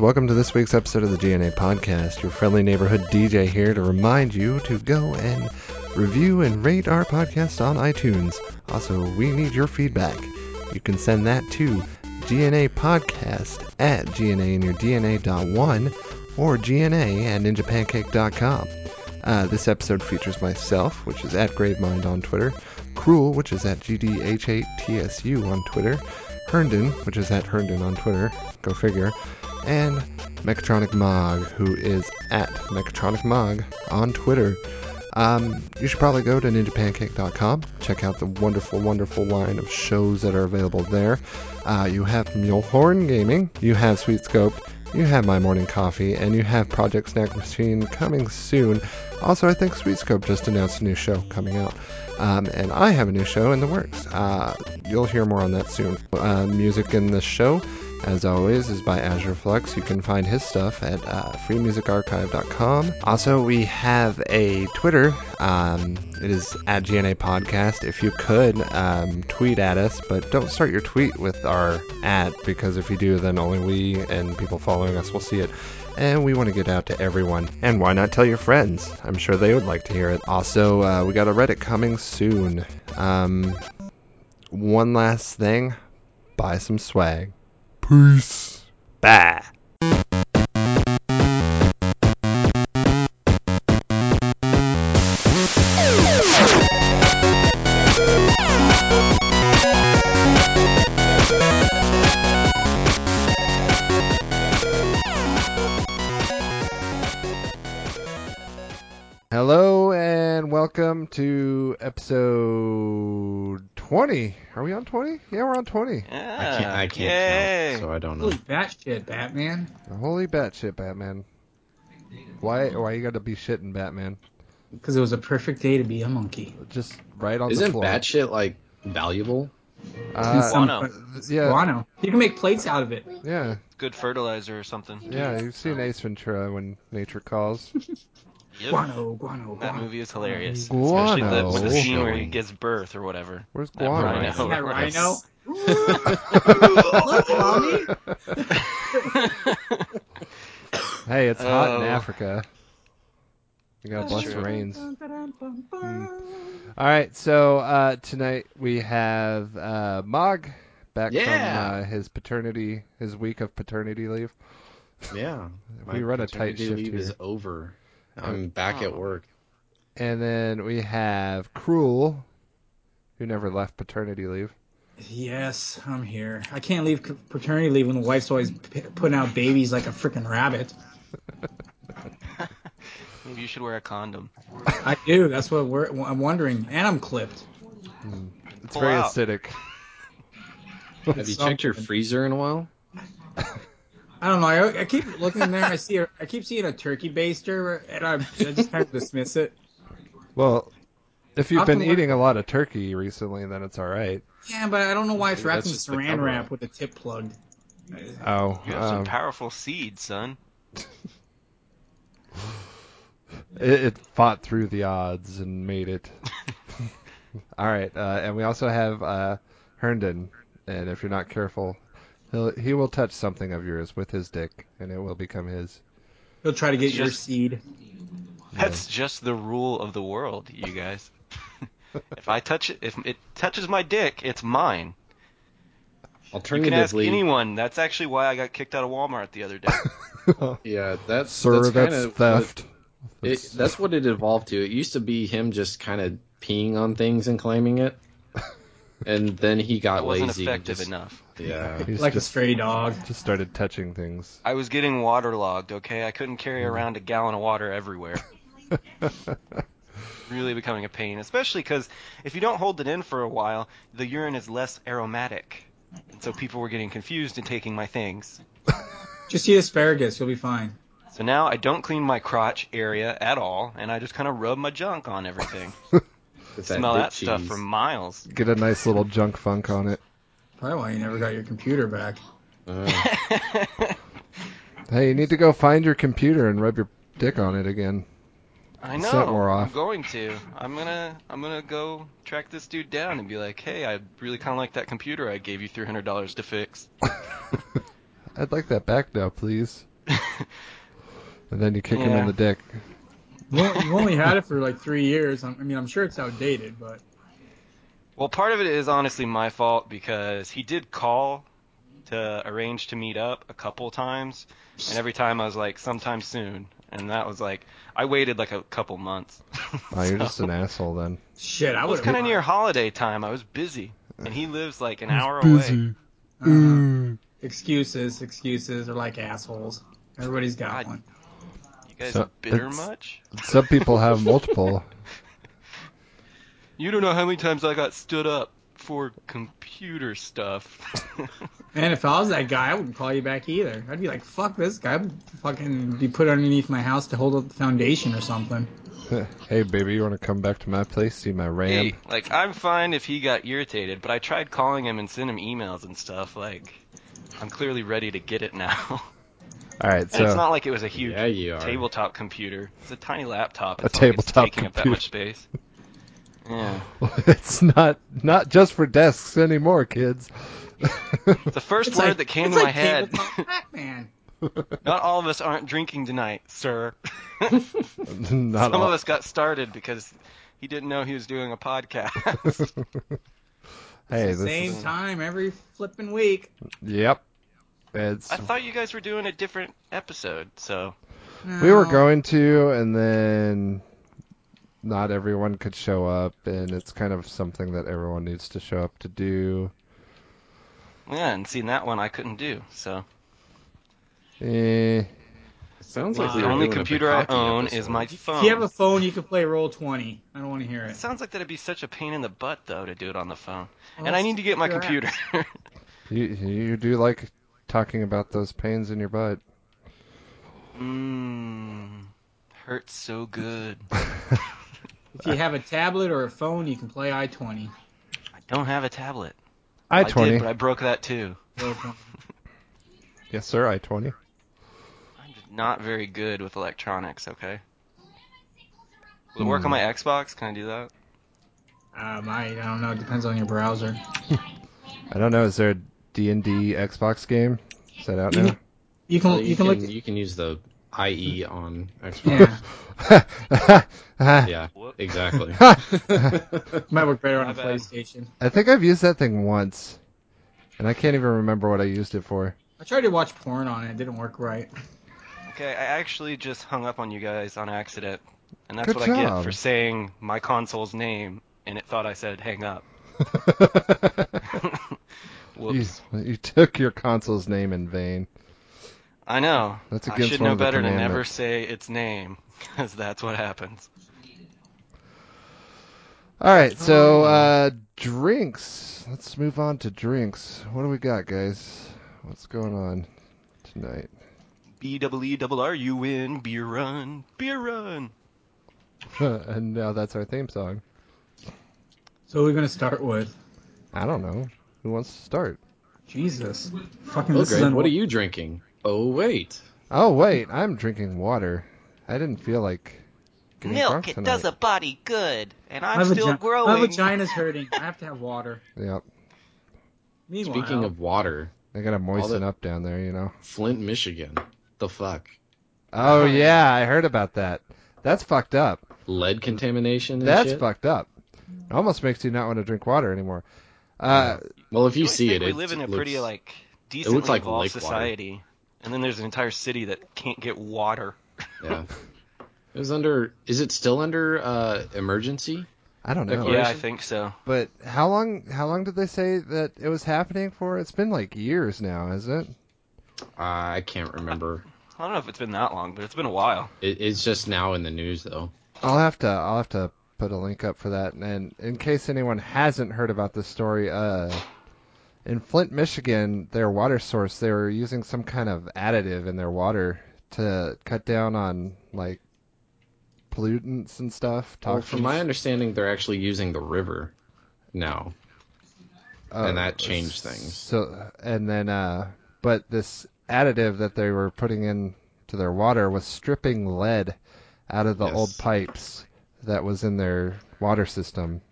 welcome to this week's episode of the GNA Podcast. Your friendly neighborhood DJ here to remind you to go and review and rate our podcast on iTunes. Also, we need your feedback. You can send that to GNA Podcast at GNAinyourdna.one or GNA at ninjapancake.com. Uh, this episode features myself, which is at Gravemind on Twitter, Cruel, which is at GDH8TSU on Twitter, Herndon, which is at Herndon on Twitter, go figure, and Mechatronic Mog, who is at Mechatronic Mog on Twitter. Um, you should probably go to ninjapancake.com, check out the wonderful, wonderful line of shows that are available there. Uh, you have Mulehorn Gaming, you have Sweet Scope, you have My Morning Coffee, and you have Project Snack Machine coming soon. Also, I think Sweet Scope just announced a new show coming out, um, and I have a new show in the works. Uh, you'll hear more on that soon. Uh, music in this show, as always, is by Azure Flux. You can find his stuff at uh, freemusicarchive.com. Also, we have a Twitter. Um, it is at GNA Podcast. If you could um, tweet at us, but don't start your tweet with our at because if you do, then only we and people following us will see it and we want to get out to everyone. And why not tell your friends? I'm sure they would like to hear it. Also, uh, we got a Reddit coming soon. Um, one last thing buy some swag. Peace. Bye. Hello and welcome to episode 20. Are we on 20? Yeah, we're on 20. I can't. Ah, I can't count, so I don't know. Holy batshit, Batman. Holy batshit, Batman. Why why you gotta be shitting Batman? Because it was a perfect day to be a monkey. Just right on the Isn't floor. batshit like valuable? And uh, some- Guano. yeah, Guano. You can make plates out of it. yeah, good fertilizer or something. yeah. You've seen Ace Ventura when nature calls. Yep. Guano, guano, That guano. movie is hilarious. Guano. Especially the, with the scene where he Showing. gets birth or whatever. Where's That Guano? rhino. That rhino. Look, mommy. Hey, it's hot in Oh. Africa. You gotta That's bless the true. rains. Hmm. All right, so uh, tonight we have uh, Mog back Yeah. from uh, his paternity, his week of paternity leave. Yeah. We run a tight paternity shift leave is here. over. I'm Oh. back at work. And then we have Cruel, who never left paternity leave. Yes, I'm here. I can't leave c- paternity leave when the wife's always p- putting out babies like a freaking rabbit. Maybe you should wear a condom. I do. That's what we're, I'm wondering. And I'm clipped. It's Pull very out. acidic. Have you checked your freezer in a while? I don't know. I, I keep looking in there. And I see. A, I keep seeing a turkey baster, and I, I just kind of dismiss it. Well, if you've been Often we're- eating a lot of turkey recently, then it's all right. Yeah, but I don't know why it's Maybe wrapped that's in just the saran cover-up. wrap with a tip plugged. Oh, You have some um, powerful seeds, son. it, it fought through the odds and made it. all right, uh, and we also have uh, Herndon, and if you're not careful, he'll, he will touch something of yours with his dick, and it will become his. He'll try to get your Just- seed. That's just the rule of the world, you guys. if I touch it, if it touches my dick, it's mine. You can ask Alternatively, anyone. That's actually why I got kicked out of Walmart the other day. yeah, that's Sir, that's, that's, kinda theft. What, it, that's what it evolved to. It used to be him just kind of peeing on things and claiming it, and then he I got wasn't lazy. and effective just- enough. Yeah. He's like a just, stray dog. just started touching things. I was getting waterlogged. Okay, I couldn't carry around a gallon of water everywhere. really becoming a pain, especially because if you don't hold it in for a while, the urine is less aromatic, and so people were getting confused and taking my things. Just eat asparagus, you'll be fine. So now I don't clean my crotch area at all, and I just kind of rub my junk on everything. With Smell dick that stuff cheese. for miles. Get a nice little junk funk on it. Probably why you never got your computer back. Uh, Hey, you need to go find your computer and rub your dick on it again. I Set know. more off. I'm going to. I'm gonna. I'm gonna go track this dude down and be like, "Hey, I really kind of like that computer I gave you three hundred dollars to fix." I'd like that back now, please. and then you kick him in Yeah. the dick. Well, you only had it for like three years. I'm- I mean, I'm sure it's outdated, but Well, part of it is honestly my fault because he did call to arrange to meet up a couple times, and every time I was like, sometime soon. And that was like, I waited like a couple months. Oh, you're So- just an asshole then. shit, I It was would kind of near holiday time. I was busy, and he lives like an hour away. excuses, excuses are like assholes. Everybody's got God. one. You guys So, bitter it's- much? Some people have multiple. You don't know how many times I got stood up for computer stuff. And if I was that guy, I wouldn't call you back either. I'd be like, fuck this guy. I'd fucking be put underneath my house to hold up the foundation or something. hey, baby, you want to come back to my place, see my RAM? Hey, like I'm fine if he got irritated, but I tried calling him and sent him emails and stuff. Like, I'm clearly ready to get it now. All right, and it's so not like it was a huge Yeah, you are. tabletop computer. It's a tiny laptop. A It's not like it's tabletop taking up that much space. Yeah. it's not not just for desks anymore, kids. The first It's word like- that came it's to like my head. tabletop Pac-Man. Not all of us aren't drinking tonight, sir. not Some all. of us got started because he didn't know he was doing a podcast. hey, this Same is time every flipping week. yep. It's I thought you guys were doing a different episode, so we were No. going to, and then not everyone could show up, and it's kind of something that everyone needs to show up to do. yeah, and seeing that one I couldn't do. So Eh, Sounds Wow. like we the were only doing a computer I Bukaki own episode. is my If phone. you have a phone, you can play Roll 20. I don't want to hear It it. sounds like that'd be such a pain in the butt though to do it on the phone. Well, and I need to get my your computer. you you do like talking about those pains in your butt. Mmm, hurts so good. If you have a tablet or a phone, you can play I-20. I don't have a tablet. I I twenty, did, but I broke that too. Roll 20. yes sir, I twenty. I'm just not very good with electronics. Okay. Will it work Hmm. on my Xbox? Can I do that? Um, I, I don't know. It depends on your browser. I don't know. Is there a D and D Xbox game? Is that out You now? You can Well, you, can, look. Oh, you can use the IE on Xbox. Yeah, Yeah, exactly. might work better on My a bad. PlayStation. I think I've used that thing once, and I can't even remember what I used it for. I tried to watch porn on it. It didn't work right. Okay, I actually just hung up on you guys on accident, and that's Good what I job. get for saying my console's name, and it thought I said hang up. you, Whoops. you took your console's name in vain. I know. That's I against should one know of the better to never commandments. say its name, because that's what happens. All right, so uh, drinks. Let's move on to drinks. What do we got, guys? What's going on tonight? B double E double R U N beer run beer run. and now that's our theme song. So we're gonna start with I don't know who wants to start. Jesus. Fucking Well, this is Greg, un- what are you drinking? Oh wait, Oh wait, I'm drinking water. I didn't feel like getting drunk Milk, it tonight. does a body good, and I'm My, still vagi- growing. my vagina's hurting. I have to have water. Yep, Meanwhile, speaking of water, I gotta moisten the- up down there, you know. Flint, Michigan. The fuck. Oh yeah, I heard about that. That's fucked up. Lead contamination and That's shit? fucked up. It almost makes you not want to drink water anymore. Uh, Well, if you Don't see think it, we it live in a looks- pretty like decently like evolved lake water. society, and then there's an entire city that can't get water. Yeah. It was under. Is it still under uh, emergency? I don't know. Yeah, I think so. But how long? How long did they say that it was happening for? It's been like years now, hasn't it? Uh, I can't remember. I don't know if it's been that long, but it's been a while. It, it's just now in the news though. I'll have to. I'll have to put a link up for that. And in case anyone hasn't heard about this story, uh, in Flint, Michigan, their water source, they were using some kind of additive in their water to cut down on like pollutants and stuff. Well, Toxins. from my understanding, they're actually using the river now. and that changed things. Oh, So and then uh but this additive that they were putting in to their water was stripping lead out of the Yes. old pipes that was in their water system.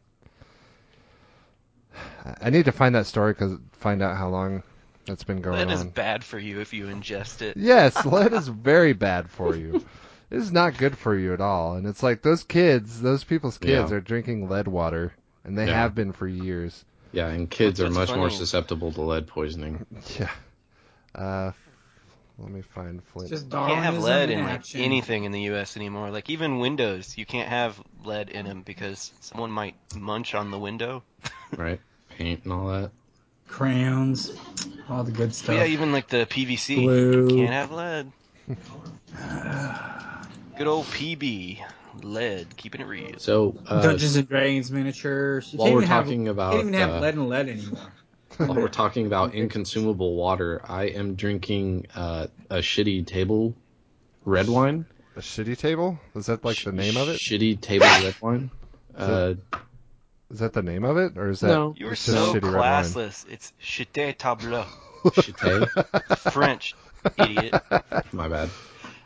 I- I need to find that story cuz find out how long that's been going That is on. bad for you if you ingest it. Yes, lead is very bad for you. It is not good for you at all. And it's like those kids, those people's kids Yeah. are drinking lead water, and they Yeah. have been for years. Yeah, and kids are That's much more funny. susceptible to lead poisoning. Yeah. Uh, let me find Flint. Just You can't Darwinism have lead in like action. anything in the U.S. anymore. Like even windows, you can't have lead in them because someone might munch on the window. Right? Paint and all that. crayons, all the good But stuff. yeah, even like the PVC, Glue. can't have lead. Good old PB, lead, keeping it real. So, uh, Dungeons and Dragons miniatures. You while can't we're even have- talking you about can't even have uh, lead and lead anymore. while we're talking about inconsumable water, I am drinking uh, a shitty table red wine. a shitty table? Is that like the name of it? Shitty table red wine. Uh, Is that the name of it, or is that No. You were it's just so shitty red wine? classless. It's chité tableau, shitty. French, idiot. My bad.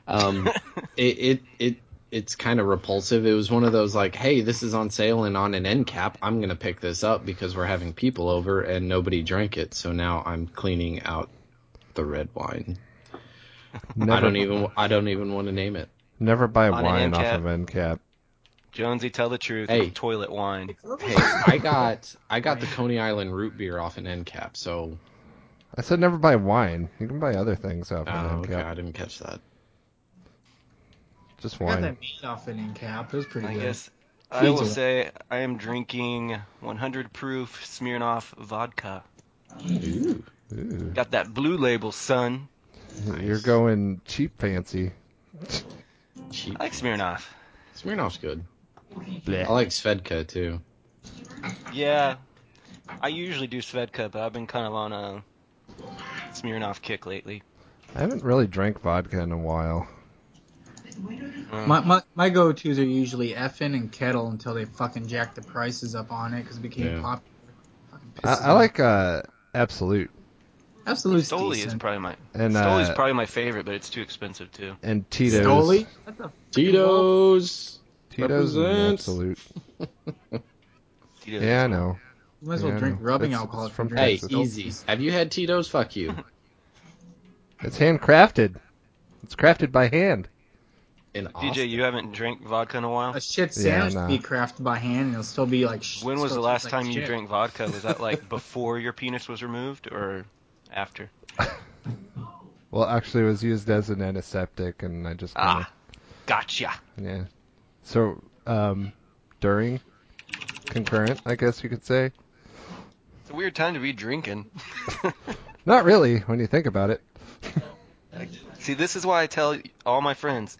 Um, it, it it it's kind of repulsive. It was one of those like, hey, this is on sale and on an end cap. I'm gonna pick this up because we're having people over and nobody drank it. So now I'm cleaning out the red wine. Never, I don't even I don't even want to name it. never buy On an wine end off cap. of NCAP. Jonesy, tell the truth. Hey. it's Toilet wine. Hey, I got I got the Coney Island root beer off an end cap. So I said never buy wine. You can buy other things off oh, of okay, NCAP. I didn't catch that. Just I got wine. that meat off an end cap. It was pretty I good. guess I will Hazel. say I am drinking 100 proof Smirnoff vodka. Ooh, Ooh, Got that blue label, son. You're going cheap fancy. cheap. I like Smirnoff. Smirnoff's good. I like Svedka too. Yeah, I usually do Svedka, but I've been kind of on a Smirnoff kick lately. I haven't really drank vodka in a while. Um, My, my, my go tos are usually effing and kettle until they fucking jack the prices up on it because it became Yeah. popular. Fucking I, pisses I me like uh, Absolute off. absolute Stoli is decent. probably my and Stoli's uh, probably my favorite, but it's too expensive too. and Tito's. Stoli? What the Tito's. Tito's and Represents. Absolute. Tito's Yeah, I know. You might as well Yeah, drink no, rubbing it's- alcohol it's from from Hey, Texas. easy. Have you had Tito's? Fuck you. It's handcrafted. It's crafted by hand. In DJ, you haven't drank vodka in a while. A shit Yeah, sandwich nah. can be crafted by hand and it'll still be like. sh- When was still the taste last like time you shit. drank vodka? Was that like before your penis was removed or after? Well, actually, it was used as an antiseptic, and I just kinda, Ah, gotcha. yeah. So, um, during, concurrent, I guess you could say. It's a weird time to be drinking. Not really, when you think about it. See, this is why I tell all my friends,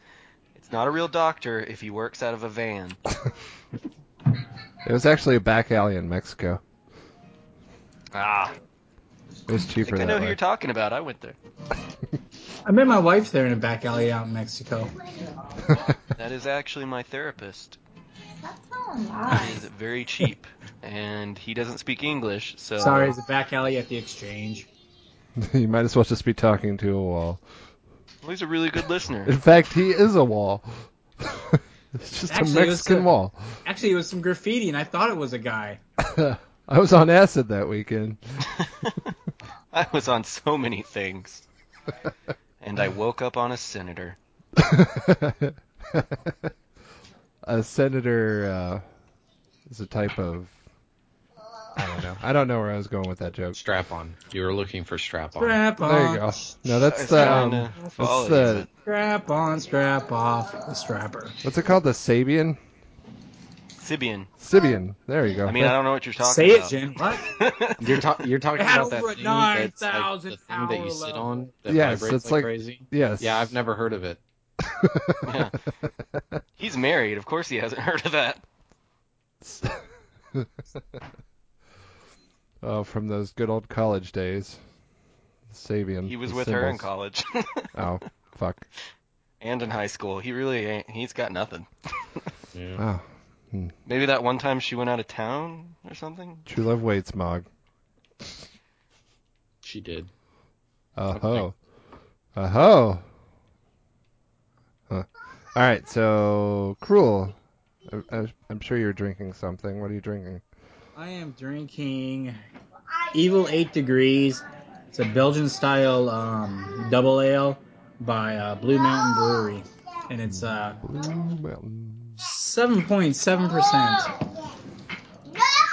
it's not a real doctor if he works out of a van. It was actually a back alley in Mexico. Ah, It was I cheaper think I that know who way. you're talking about. I went there. I met my wife there in a back alley out in Mexico. That is actually my therapist. He is very cheap, and he doesn't speak English, so Sorry, it's a back alley at the exchange. you might as well just be talking to a wall. Well, he's a really good listener. In fact, he is a wall. it's just Actually, a it was Mexican a- wall. Actually, it was some graffiti and I thought it was a guy. I was on acid that weekend. I was on so many things, and I woke up on a senator. a senator uh, is a type of. I don't know. I don't know where I was going with that joke. Strap on. You were looking for strap on. Strap on. There you go. No, that's Uh, It's the um, kinda that's folly, the Strap on, strap off. The strapper. what's it called? The Sabian, but- Sibian. Sibian. There you go. I mean, I don't know what you're talking Say it, about. Jim. What? You're, ta- you're talking It had about that over thing 9,000 that's like the thing that power you sit level. on that Yes, vibrates it's like, like- crazy. yes. Yeah, I've never heard of it. Yeah. He's married. Of course, he hasn't heard of that. oh, from those good old college days. Sabian. He was the with her in symbols. college Oh, fuck. and in high school. He really ain't. He's got nothing. Yeah. Oh, Maybe that one time she went out of town or something. true love waits, Mog. She did. Uh ho. Uh ho. Huh. All right, so cruel. I, I, I'm sure you're drinking something. What are you drinking? I am drinking Evil Eight Degrees It's a Belgian style um, double ale by uh, Blue Mountain Brewery, and it's uh, Blue Mountain. 7.7 percent.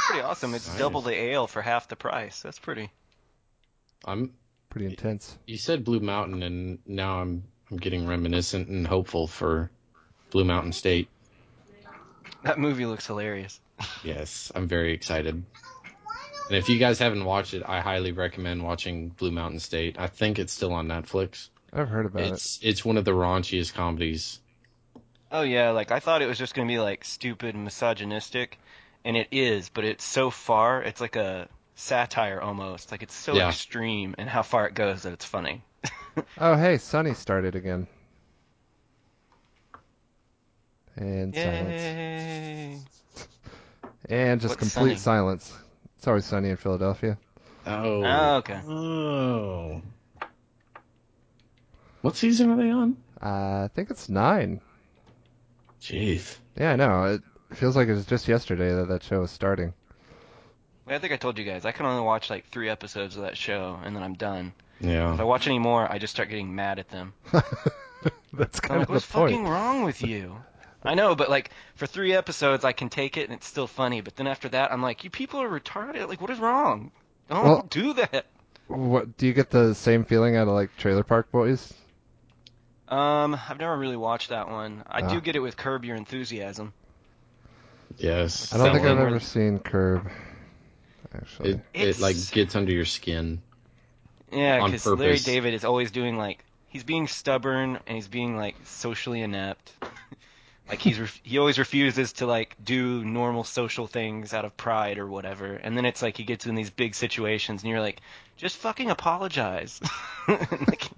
Pretty awesome. It's Nice. double the ale for half the price. That's pretty. I'm. Pretty intense. You said Blue Mountain, and now I'm. I'm getting reminiscent and hopeful for Blue Mountain State. That movie looks hilarious. Yes, I'm very excited. And if you guys haven't watched it, I highly recommend watching Blue Mountain State. I think it's still on Netflix. I've heard about it. It's it's one of the raunchiest comedies. Oh yeah, like I thought it was just gonna be like stupid and misogynistic, and it is, but it's so far. It's like a satire almost. Like it's so Yeah. extreme and how far it goes that it's funny. Oh, hey, Sunny started again. And silence. Yay! And just What's complete Sunny? silence. It's always sunny in Philadelphia. Oh. Oh, okay. Oh. What season are they on? Uh, I think it's nine. Jeez. Yeah, I know. It feels like it was just yesterday that that show was starting. Wait, I think I told you guys I can only watch like three episodes of that show and then I'm done. If I Yeah. watch any more, I just start getting mad at them. That's I'm kind like, of what's the point. Oh, fucking wrong with you? I know, but like for three episodes, I can take it and it's still funny. But then after that, I'm like, you people are retarded. Like, what is wrong? Don't Well- do that. What do you get the same feeling out of like Trailer Park Boys? Um, I've never really watched that one. I Ah. do get it with Curb Your Enthusiasm. Yes. I don't That think one I've where- ever seen Curb. Actually, It, it like gets under your skin. Yeah, On because Larry purpose. David is always doing like he's being stubborn and he's being like socially inept. like he's ref- he always refuses to like do normal social things out of pride or whatever. And then it's like he gets in these big situations and you're like, just fucking apologize. like,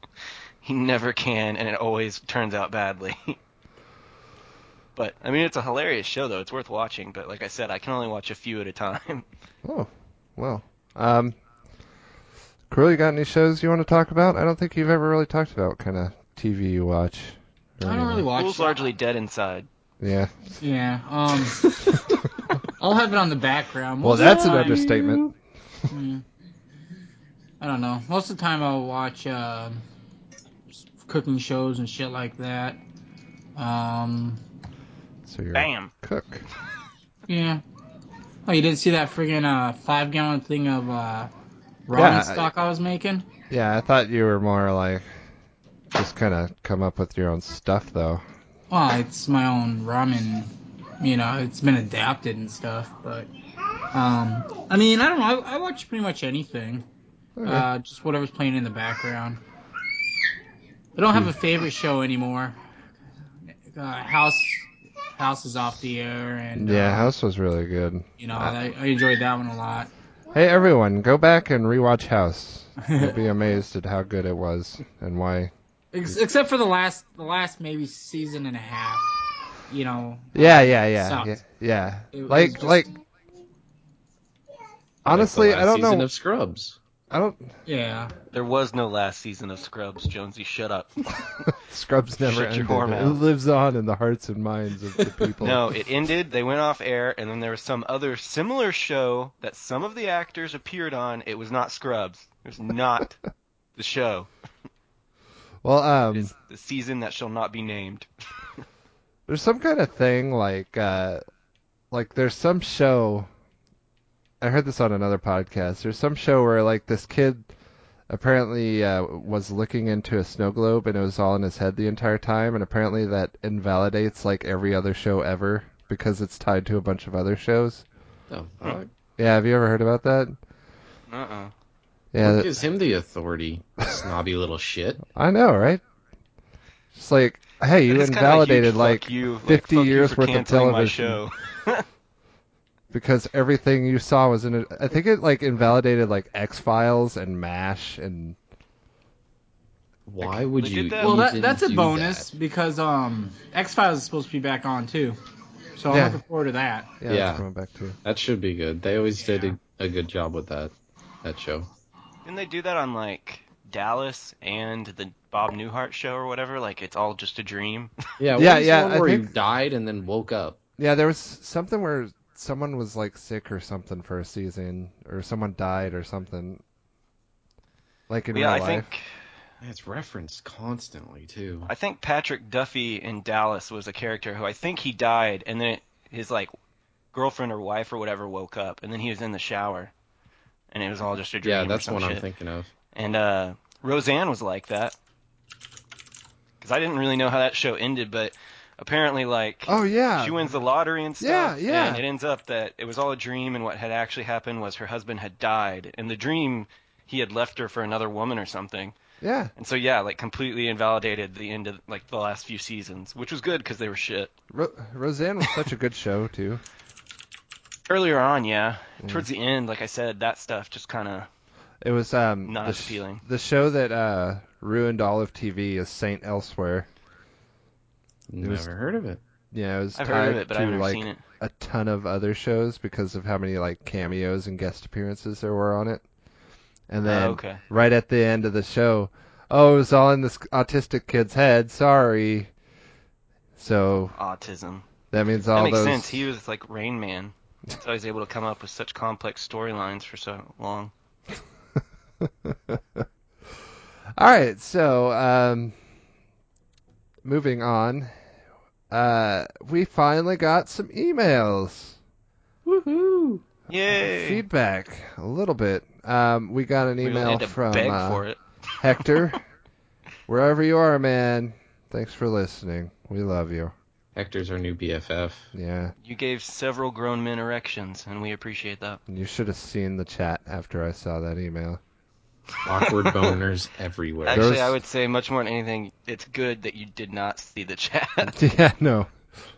he never can, and it always turns out badly. But I mean, it's a hilarious show, though. It's worth watching. But like I said, I can only watch a few at a time. oh well. Um, Krill, you got any shows you want to talk about? I don't think you've ever really talked about what kind of TV you watch. or I don't really anything. watch. Fool's largely dead inside. Yeah. Yeah. Um. I'll have it on the background. Well, Most of that's the an time- understatement. Mm. I don't know. Most of the time, I'll watch uh, cooking shows and shit like that. Um. So you're a Bam. cook. Yeah. Oh, you didn't see that friggin' uh, five gallon thing of uh, ramen Yeah, I- stock I was making? Yeah, I thought you were more like just kind of come up with your own stuff though. Well, it's my own ramen. You know, it's been adapted and stuff, but um, I mean, I don't know. I, I watch pretty much anything, Okay. uh, just whatever's playing in the background. I don't have a favorite show anymore. Uh, House, House is off the air, and yeah, uh, House was really good. you know, I, I enjoyed that one a lot. Hey everyone, go back and rewatch House. You'll be amazed at how good it was and why. Ex- except for the last, the last maybe season and a half. You know, Yeah, yeah, yeah, yeah, Sucked. yeah. It was Like, just- like. Honestly, Like the I last don't season know. of Scrubs. I don't. yeah. There was no last season of Scrubs, Jonesy. Shut up. Scrubs never Shut your ended. whore It mouth. lives on in the hearts and minds of the people. no, it ended. They went off air, and then there was some other similar show that some of the actors appeared on. It was not Scrubs. It was not the show. Well, um, It's the season that shall not be named. there's some kind of thing like uh like there's some show I heard this on another podcast. There's some show where like this kid apparently uh, was looking into a snow globe and it was all in his head the entire time and apparently that invalidates like every other show ever because it's tied to a bunch of other shows. Oh, fuck. Yeah, have you ever heard about that? Uh-uh. Yeah, Who that- gives him the authority, snobby little shit. I know, right? Just like, hey, you It's kinda a huge invalidated fuck like you, like, 50 fuck you years for worth of canceling My television. show. because everything you saw was in it. I think it like invalidated like X Files and Mash and Why would They you? did that? Well, that, even that's a do bonus that? because um, X Files is supposed to be back on too, so Yeah. I'm looking forward to that. yeah, that's Yeah. coming back to That should be good. They always did a, a good job with that. That show. Didn't they do that on like Dallas and the Bob Newhart show or whatever? Like it's all just a dream. Yeah, what Yeah, was the yeah, one I where think- he died and then woke up. yeah. There was something where someone was like sick or something for a season, or someone died or something. Like in yeah, I real life. think That's referenced constantly too. I think Patrick Duffy in Dallas was a character who I think he died, and then his like girlfriend or wife or whatever woke up, and then he was in the shower, and it was all just a dream. yeah, or that's some what I'm shit. thinking of. And uh, Roseanne was like that, because I didn't really know how that show ended, but apparently like Oh yeah. she wins the lottery and Yeah, stuff. yeah. And it ends up that it was all a dream, and what had actually happened was her husband had died. In the dream, he had left her for another woman or something. yeah. And so, yeah, like completely invalidated the end of like the last few seasons, which was good because they were shit. Ro- Roseanne was such a good show too. Earlier on, yeah. Mm. Towards the end, like I said, that stuff just kind of. It was um Not the, as appealing. the show that uh ruined all of TV is Saint Elsewhere. Never was- heard of it. Yeah, it was I've tied heard of it, but to I've never like seen it. a ton of other shows because of how many like cameos and guest appearances there were on it. And Oh, then okay. right at the end of the show, oh, it was all in this autistic kid's head. Sorry. So Autism. that means That all makes those. sense. He was like Rain Man. So he's able to come up with such complex storylines for so long. All right, so um, moving on, uh, we finally got some emails, Woohoo! Uh, Yay! feedback, a little bit. Um, we got an We really email had to from beg uh, for it. Hector, wherever you are, man. Thanks for listening. We love you. Hector's our new BFF. Yeah, You gave several grown men erections, and we appreciate that. you should have seen the chat after I saw that email. Awkward boners everywhere. Actually, There's- I would say much more than anything, it's good that you did not see the chat. yeah, no,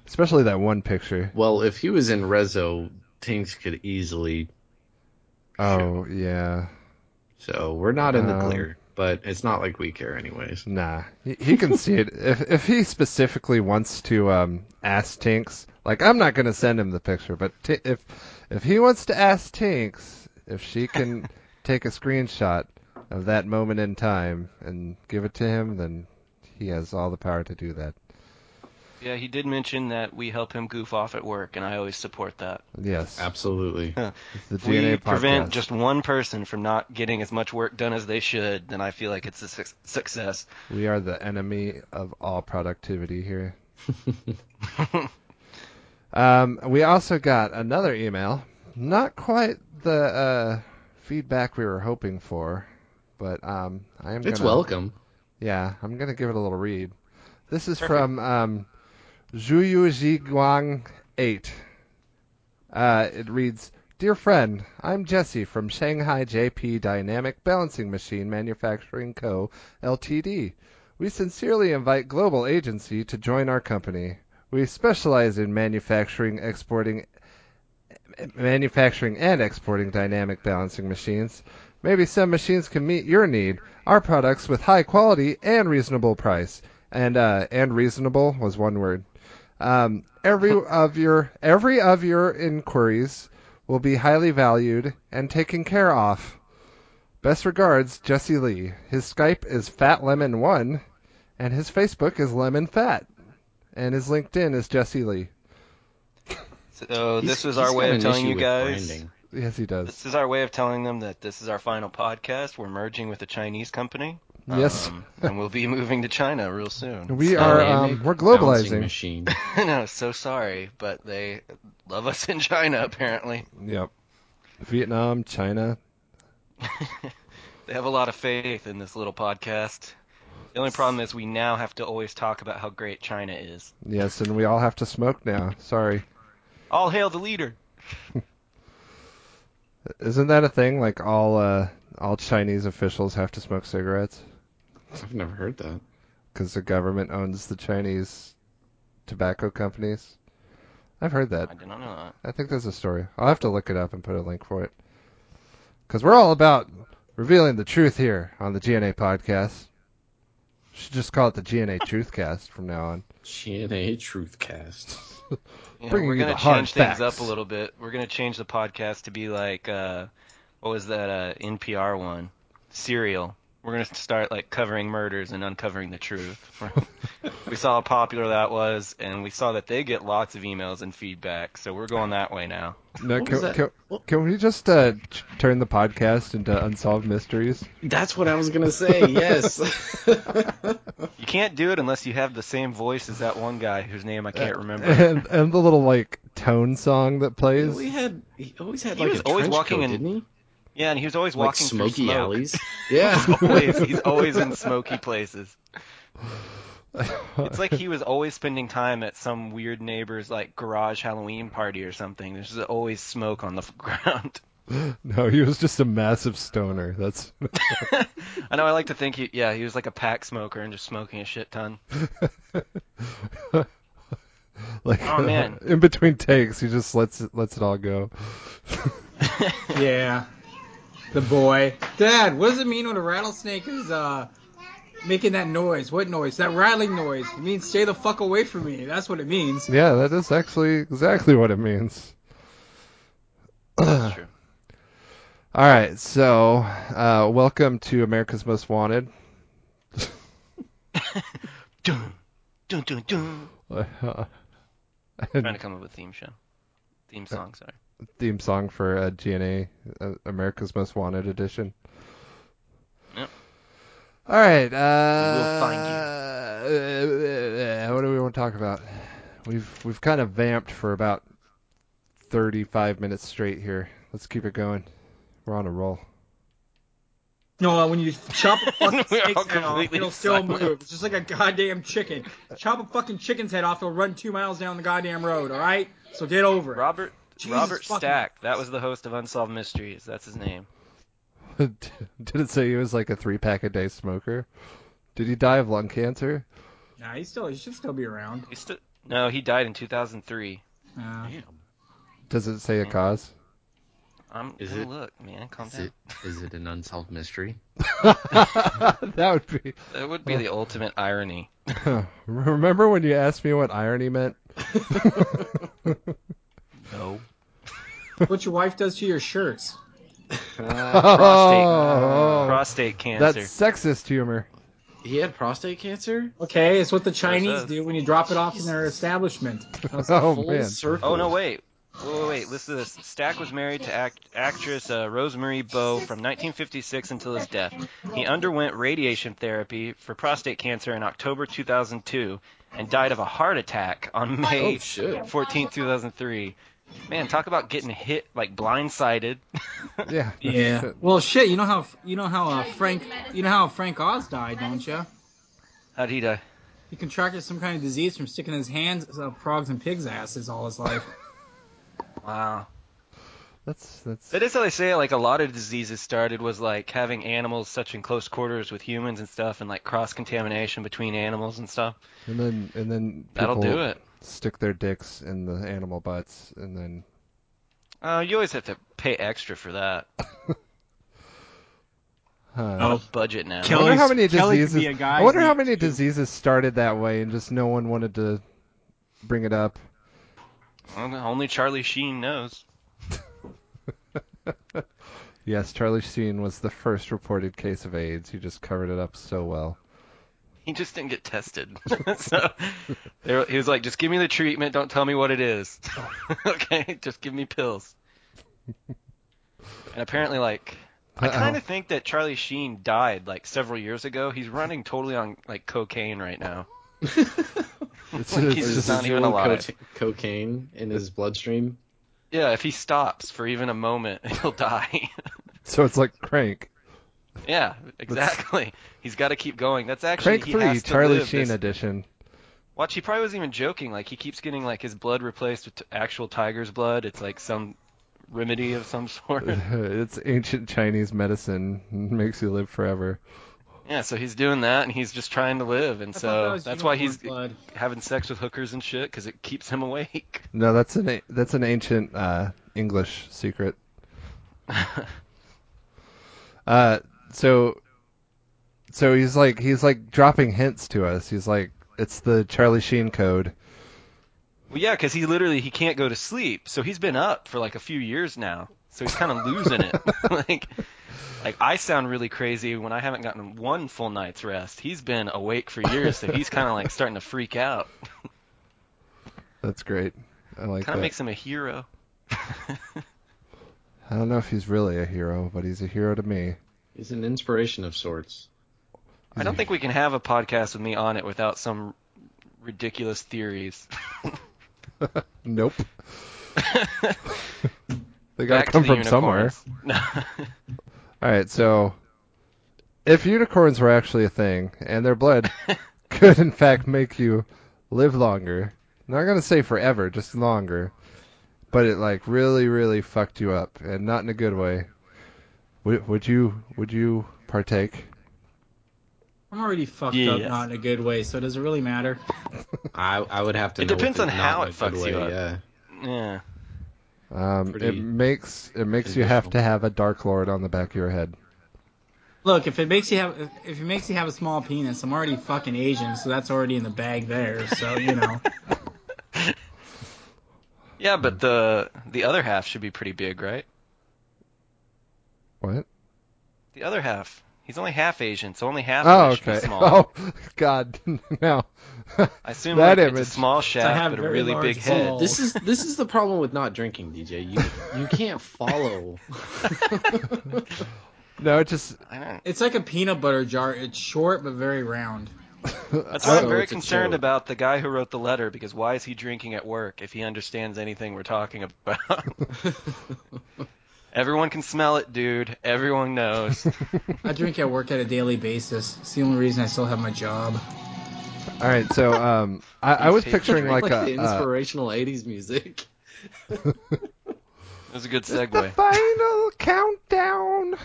especially that one picture. Well, if he was in Rezo, things could easily. Oh yeah, So we're not in the Um, clear, but it's not like we care anyways. Nah, he, he can see it. If if he specifically wants to um, ask Tinks, like I'm not gonna send him the picture, but t- if if he wants to ask Tinks if she can take a screenshot of that moment in time and give it to him, then he has all the power to do that. yeah, he did mention that we help him goof off at work, and I always support that. Yes, Absolutely. the If we DNA podcast. prevent just one person from not getting as much work done as they should, then I feel like it's a suc success. We are the enemy of all productivity here. um, we also got another email. Not quite the uh, feedback we were hoping for, but um, I am. It's gonna, welcome. Yeah, I'm gonna give it a little read. This is from um, Zhuyu Zhiguang Eight. Uh, it reads, "Dear friend, I'm Jesse from Shanghai JP Dynamic Balancing Machine Manufacturing Co. Ltd. We sincerely invite Global Agency to join our company. We specialize in manufacturing, exporting, manufacturing and exporting dynamic balancing machines. Maybe some machines can meet your need. Our products with high quality and reasonable price. And uh, and reasonable was one word. Um, every of your every of your inquiries will be highly valued and taken care of. Best regards, Jesse Lee. His Skype is Fat Lemon One, and his Facebook is Lemon Fat, and his LinkedIn is Jesse Lee. So He's- this was he's our way got of an telling issue you with guys. branding. Yes, he does. This is our way of telling them that this is our final podcast. We're merging with a Chinese company. Yes. Um, and we'll be moving to China real soon. We So- are Dynamic um, we're balancing globalizing. Machine. no, so sorry, but they love us in China apparently. Um, Yep. Vietnam, China. They have a lot of faith in this little podcast. The only problem is we now have to always talk about how great China is. Yes, and we all have to smoke now. Sorry. All hail the leader. Isn't that a thing? Like all uh, all Chinese officials have to smoke cigarettes I've never heard that. because the government owns the Chinese tobacco companies. I've heard that. I did not know that. I think there's a story. I'll have to look it up and put a link for it. Because we're all about revealing the truth here on the GNA podcast. Should just call it the GNA Truthcast from now on. GNA Truthcast. Yeah, Bringing we're you gonna the hard change things facts. up a little bit. We're gonna change the podcast to be like uh, what was that uh, NPR one? Serial. we're gonna start like covering murders and uncovering the truth. we saw how popular that was, and we saw that they get lots of emails and feedback. So we're going that way now. No, What was can, that? can, can we just uh, ch- turn the podcast into unsolved mysteries? That's what I was gonna say. yes. You can't do it unless you have the same voice as that one guy whose name I can't remember. and and the little like tone song that plays. we had he always had He like was a always trench walking coat, in didn't he? Yeah, and he was always Like walking through smoky smoke. alleys. Yeah. always, he's always in smoky places. It's like he was always spending time at some weird neighbor's like garage Halloween party or something. There's just always smoke on the f- ground. no, he was just a massive stoner. That's I know. I like to think he, yeah, he was like a pack smoker and just smoking a shit ton. like Oh, man. in between takes, he just lets it, lets it all go. Yeah. The boy. Dad, what does it mean when a rattlesnake is uh making that noise? What noise? That rattling noise. It means stay the fuck away from me. That's what it means. Yeah, that is actually exactly what it means. That's true. All right, so uh, welcome to America's Most Wanted. Dun, dun, dun, dun. Trying to come up with theme show, theme song. Sorry. theme song for uh, GNA, uh, America's Most Wanted edition. Yep. All right. will find Uh, uh, what do we want to talk about? We've we've kind of vamped for about 35 minutes straight here. Let's keep it going. We're on a roll. No, uh, when you chop a fucking We're all snake's head off, completely it'll still silent. move. It's just like a goddamn chicken. Chop a fucking chicken's head off, it'll run two miles down the goddamn road, alright? So get over it. Robert Jesus Robert fucking- Stack. That was the host of Unsolved Mysteries. That's his name. Did it say he was like a three pack a day smoker? Did he die of lung cancer? Nah, he's still he should still be around. He st- no, he died in 2003. Uh, Does it say a Mm. cause? I'm Is gonna it- look, man. Calm is down. it is it an unsolved mystery? that would be. That would be Oh. the ultimate irony. Remember when you asked me what irony meant? Uh, No. what your wife does to your shirts. Prostate, Oh. prostate cancer. That's sexist humor. He had prostate cancer. Okay, it's what the Chinese us. do when you drop it off in their establishment. Oh Full man. circle. Oh no, wait. Wait, wait, wait. Listen to this. Stack was married to act- actress uh, Rosemary Bowe from 1956 until his death. He underwent radiation therapy for prostate cancer in October 2002 and died of a heart attack on May Oh shit. 14, 2003. Man, talk about getting hit like blindsided. Yeah. Yeah. Well, shit. You know how you know how uh, Frank you know how Frank Oz died, don't you? How'd he die? He contracted some kind of disease from sticking his hands up frogs and pigs' asses all his life. Wow. That's that's That is how they say it. Like a lot of diseases started was like having animals such in close quarters with humans and stuff, and like cross contamination between animals and stuff. and then and then That'll people do it. stick their dicks in the animal butts and then Uh, you always have to pay extra for that. huh. On a budget now. I Kill- wonder how many Oh, Kelly's- Kelly could diseases be a guy I wonder who- how many diseases started that way and just no one wanted to bring it up. Only Charlie Sheen knows. Yes, Charlie Sheen was the first reported case of AIDS. He just covered it up so well. He just didn't get tested. so they were, he was like, just give me the treatment. Don't tell me what it is. okay, just give me pills. And apparently, like, I Uh-oh. kind of think that Charlie Sheen died like several years ago. He's running totally on like cocaine right now. It's, like it's he's just- not Residual even alive. coca- cocaine in his bloodstream. Yeah, if he stops for even a moment, he'll die. so it's like crank. yeah, exactly. He's got to keep going. That's actually Crank he three, has to Charlie live Sheen this- edition. Watch, he probably wasn't even joking. Like he keeps getting like his blood replaced with t- actual tiger's blood. It's like some remedy of some sort. it's ancient Chinese medicine. Makes you live forever. yeah, so he's doing that, and he's just trying to live, and I thought that so was that's why he's unicorn blood. having sex with hookers and shit because it keeps him awake. No, that's an a- that's an ancient uh, English secret. uh, so, so he's like he's like dropping hints to us. He's like it's the Charlie Sheen code. Well, yeah, because he literally he can't go to sleep, so he's been up for like a few years now. So he's kind of losing it. like, like I sound really crazy when I haven't gotten one full night's rest. He's been awake for years, so he's kind of like starting to freak out. That's great. I like Kind that. of makes him a hero. I don't know if he's really a hero, but he's a hero to me. He's an inspiration of sorts. I don't think we can have a podcast with me on it without some ridiculous theories. Nope. they gotta Back to come the from somewhere. unicorns. No. All right, so if unicorns were actually a thing and their blood could in fact make you live longer, not gonna say forever, just longer, but it like really, really fucked you up, and not in a good way. Would, would you would you partake? I'm already fucked up, Yes. not in a good way, so does it really matter? I I would have to. It know depends if on it's how not in it a good fucks way, you up. Yeah. yeah. Um, it Pretty makes it makes you have to conditional. have a dark lord on the back of your head. Look, if it makes you have if- if it makes you have a small penis, I'm already fucking Asian, so that's already in the bag there. So you know, Yeah, but the the other half should be pretty big, right? What? The other half. He's only half Asian, so only half Oh, of it should be okay. small. Oh, God, no. I assume That like, it's image. a small shaft have but a very really large big head. balls. This is this is the problem with not drinking, DJ. You you can't follow. No, it just. I know. it's like a peanut butter jar. It's short but very round. That's why I'm So very it's a concerned joke. about the guy who wrote the letter because why is he drinking at work if he understands anything we're talking about? Everyone can smell it, dude. Everyone knows. I drink at work at a daily basis. It's the only reason I still have my job. All right, so um, I, I was picturing like like the a uh, inspirational '80s music. It was a good the segue. final countdown.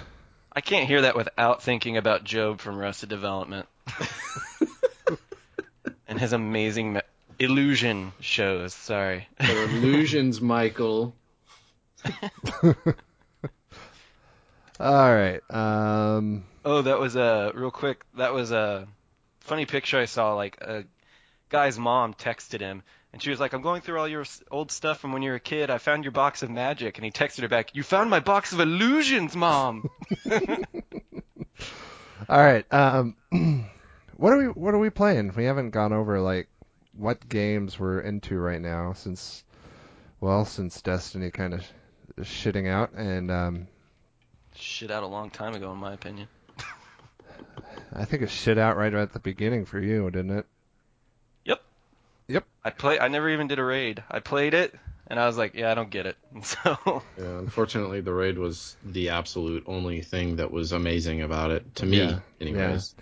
I can't hear that without thinking about Job from Rusted Development and his amazing ma- illusion shows. Sorry. They're illusions, Michael. All right. Um, Oh, that was a real quick. That was a funny picture I saw. Like a guy's mom texted him, and she was like, "I'm going through all your s- old stuff from when you were a kid. I found your box of magic." And he texted her back, "You found my box of illusions, mom." all right. Um, what are we what are we playing? We haven't gone over like what games we're into right now since well since Destiny kind of shitting out and um, Shit out a long time ago, in my opinion. I think it shit out right at the beginning for you, didn't it? I play. I never even did a raid. I played it, and I was like, "Yeah, I don't get it." And so Yeah, unfortunately, the raid was the absolute only thing that was amazing about it to me. Yeah, Anyways,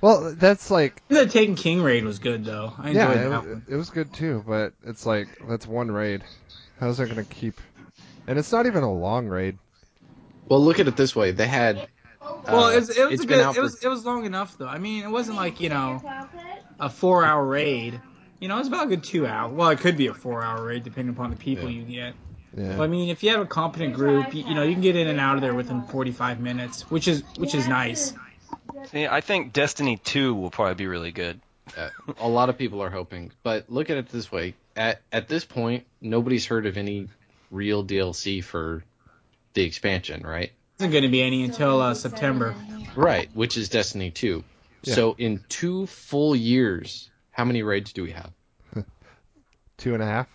Well, that's like The Taken King raid was good though. I enjoyed Yeah, it, that wa- one. it was good too, but it's like that's one raid. How's that gonna keep? And it's not even a long raid. well, look at it this way: they had. well, uh, it was, it was it's a been good, out it for- was it was long enough though. I mean, it wasn't like you know a four hour raid. You know, it was about a good two hour. Well, it could be a four hour raid depending upon the people Yeah. you get. But, I Yeah. mean, if you have a competent group, you, you know you can get in and out of there within 45 minutes, which is which is nice. see, I think Destiny Two will probably be really good. uh, a lot of people are hoping. But look at it this way: at at this point, nobody's heard of any real DLC for the expansion, right? Isn't going to be any until uh, September. Right, which is Destiny 2. Yeah. So in two full years, how many raids do we have? Two and a half.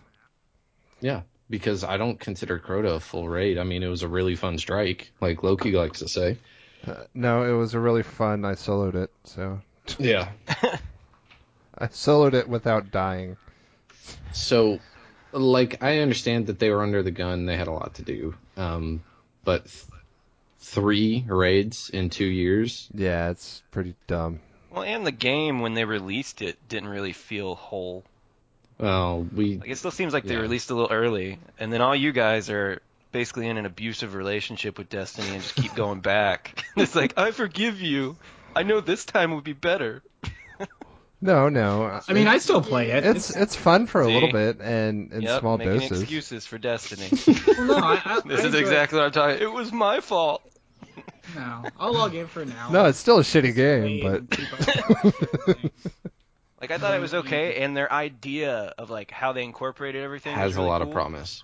Yeah, because I don't consider Crota a full raid. I mean, it was a really fun strike, like Loki likes to say. Uh, no, it was a really fun. I soloed it, so Yeah. I soloed it without dying. So, like, I understand that they were under the gun. They had a lot to do. Um, but th- three raids in two years. Yeah, it's pretty dumb. Well, and the game when they released it didn't really feel whole. Well, we Like it still seems like they Yeah. released a little early, and then all you guys are basically in an abusive relationship with Destiny and just keep going back. it's like I forgive you. I know this time would be better. No, no. I mean, I still play it. It's it's fun for a See? little bit and in Yep, small making doses. excuses for Destiny. Well, no, I, I, I this is enjoy- exactly what I'm talking. It was my fault. No, I'll log in for now. No, it's still a shitty game, but. Like I thought it was okay, and their idea of like how they incorporated everything was has a really lot of cool. promise.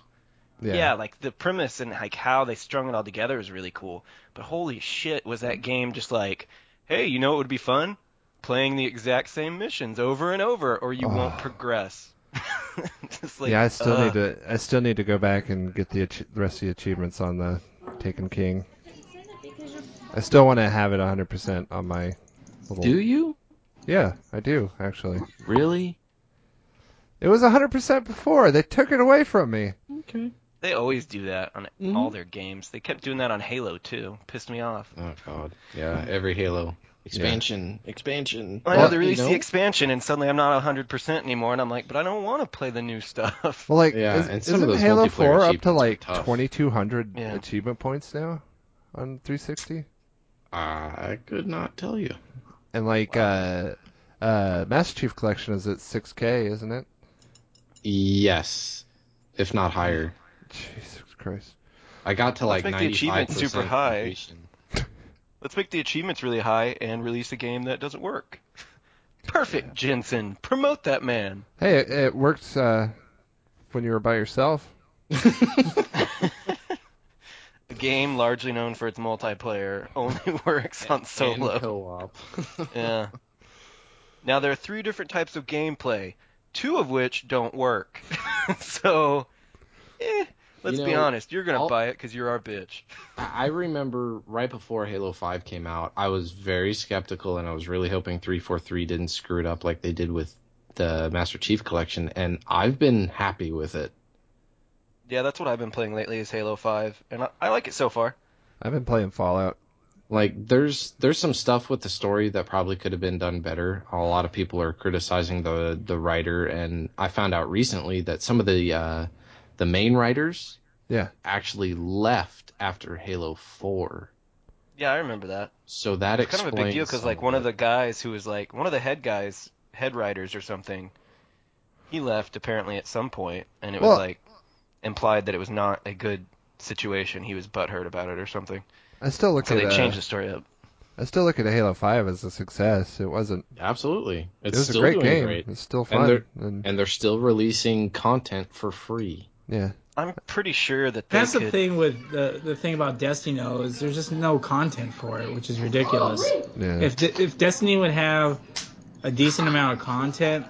yeah. like the premise and like how they strung it all together is really cool. But holy shit, was that game just like, hey, you know what would be fun? Playing the exact same missions over and over, or you won't Oh. progress. Just like, yeah, I still uh, need to. I still need to go back and get the, ach- the rest of the achievements on the Taken King. I still want to have it 100% on my little. Do you Yeah, I do actually. really? It was 100% before. They took it away from me. Okay. They always do that on Mhm. all their games. They kept doing that on Halo too. Pissed me off. Oh god. Yeah. Every Halo expansion, expansion. I know they You released the expansion, and suddenly I'm not 100% anymore, and I'm like, but I don't want to play the new stuff. Well, like, Yeah, is, and some of isn't those Halo multiplayer 4 up achievements to are like tough. 2,200 Yeah. achievement points now on 360? I could not tell you. And like, uh, uh, Master Chief Collection is at 6K, isn't it? Yes, if not higher. Jesus Christ. I got to Let's like make the 95% achievement super high. completion. Let's make the achievements really high and release a game that doesn't work. Perfect, Jensen. Promote that man. Hey, it, it worked uh, when you were by yourself. A game largely known for its multiplayer only works on Solo solo. co-op. Yeah. Now there are three different types of gameplay, two of which don't work. so, eh, let's be know, honest. You're gonna I'll- buy it because you're our bitch. I I remember right before Halo 5 came out, I was very skeptical and I was really hoping 343 didn't screw it up like they did with the Master Chief collection and I've been happy with it. Yeah, that's what I've been playing lately is Halo 5, and I, I like it so far. I've been playing Fallout. Like there's there's some stuff with the story that probably could have been done better. A lot of people are criticizing the the writer and I found out recently that some of the uh the main writers Yeah. actually left after Halo 4. Yeah, I remember that. So that It's explains kind of a big deal because some like one of it. the guys who was like one of the head guys, head writers or something, he left apparently at some point, and it was Well- like implied that it was not a good situation. He was butthurt about it or something. I still look So at they uh, changed the story up. I I still look at Halo 5 as a success. It wasn't. absolutely It it's was a still great doing game. great. It's still And fun. they're- And, and they're still releasing content for free. yeah. I'm pretty sure that they That's the could- thing with the the thing about Destiny though is there's just no content for it, which is ridiculous. Yeah. If De- if Destiny would have a decent amount of content,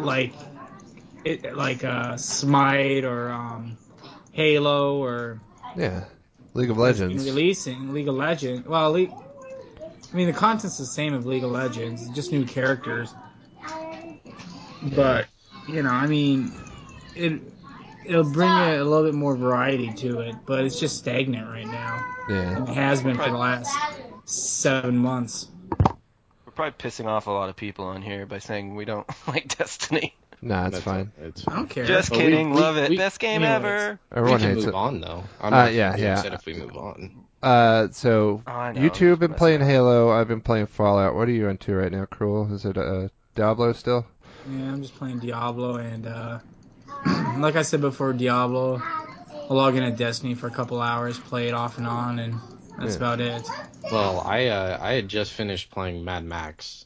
like it like uh, Smite or um, Halo or yeah. League of been Legends. releasing League of Legends. Well, Le- I mean the content's the same of League of Legends, just new characters. But you know, I mean, it it'll bring a, a little bit more variety to it, but it's just stagnant right now. Yeah. It has been for the last seven months. We're probably pissing off a lot of people on here by saying we don't like Destiny. Nah, it's That's- fine. It's I don't care. Just Well, we- kidding, we- love it, we- best game you know what ever. Everyone we can hates move it. on though. I'm Uh, not yeah, gonna be yeah. upset if we move on. Uh, so Oh, I know, you two have it's been messed playing up. Halo. I've been playing Fallout. What are you into right now, Cruel? Is it uh, Diablo still? Yeah, I'm just playing Diablo, and uh, like I said before, Diablo. I'll log in at Destiny for a couple hours, play it off and on, and that's Yeah. about it. Well, I uh, I had just finished playing Mad Max.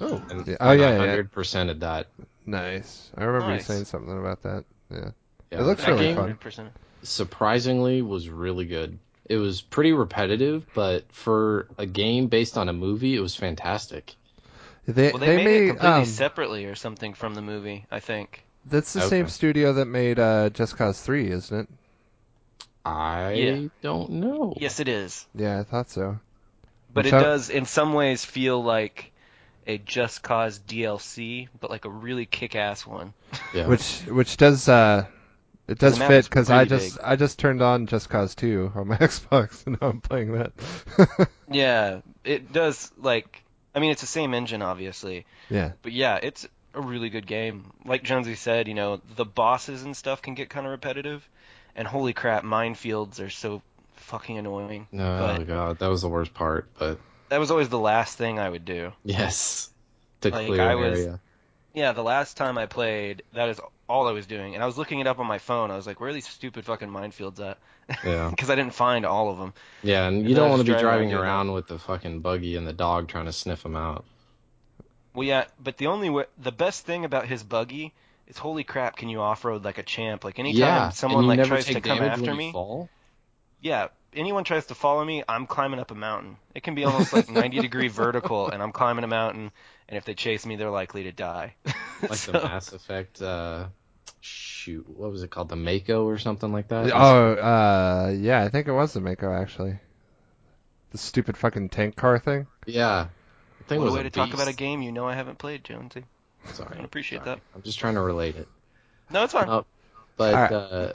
Oh, And, yeah. oh yeah, yeah. hundred percent of that. Nice. I remember you Nice. saying something about that. Yeah. Yeah, It looks that really game fun. 100%. Surprisingly, was really good. It was pretty repetitive, but for a game based on a movie, it was fantastic. They Well, they, made, it completely um, separately or something from the movie, I think. that's the Okay. same studio that made uh, Just Cause Three, isn't it? I Yeah. don't know. Yes, it is. Yeah, I thought so. But it So- does, in some ways, feel like a Just Cause DLC, but like a really kick-ass one. Yeah. Which which does uh, it does The map fit is because I pretty just I just turned on Just Cause Two on my Xbox and now I'm playing that. Yeah, it does. Like, I mean, it's the same engine, obviously. yeah. But yeah, it's a really good game. Like Jonesy said, you know, the bosses and stuff can get kind of repetitive, and holy crap, minefields are so fucking annoying. No, oh But- god, that was the worst part. But That was always the last thing I would do. yes, to Like, clear I an was- area. Yeah, the last time I played, that is all I was doing, and I was looking it up on my phone. I was like, "Where are these stupid fucking minefields at?" Yeah. Because I didn't find all of them. Yeah, and you then I don't was want to be driving driving around. around with the fucking buggy and the dog trying to sniff them out. Well, yeah, but the only way, the best thing about his buggy is holy crap, can you off road like a champ? Like anytime yeah, and someone you like never tries take to come damage after when me, You fall. yeah, anyone tries to follow me, I'm climbing up a mountain. It can be almost like 90 degree vertical, and I'm climbing a mountain. And if they chase me, they're likely to die. Like So- the Mass Effect. Uh, shoot, what was it called? The Mako or something like that. Oh, uh, yeah, I think it was the Mako actually. The stupid fucking tank car thing. yeah. The thing what a was way to talk about a beast. game you know I haven't played, Jonesy. Sorry, I appreciate sorry. that. I'm just trying to relate it. No, it's fine. Uh, But All right. uh,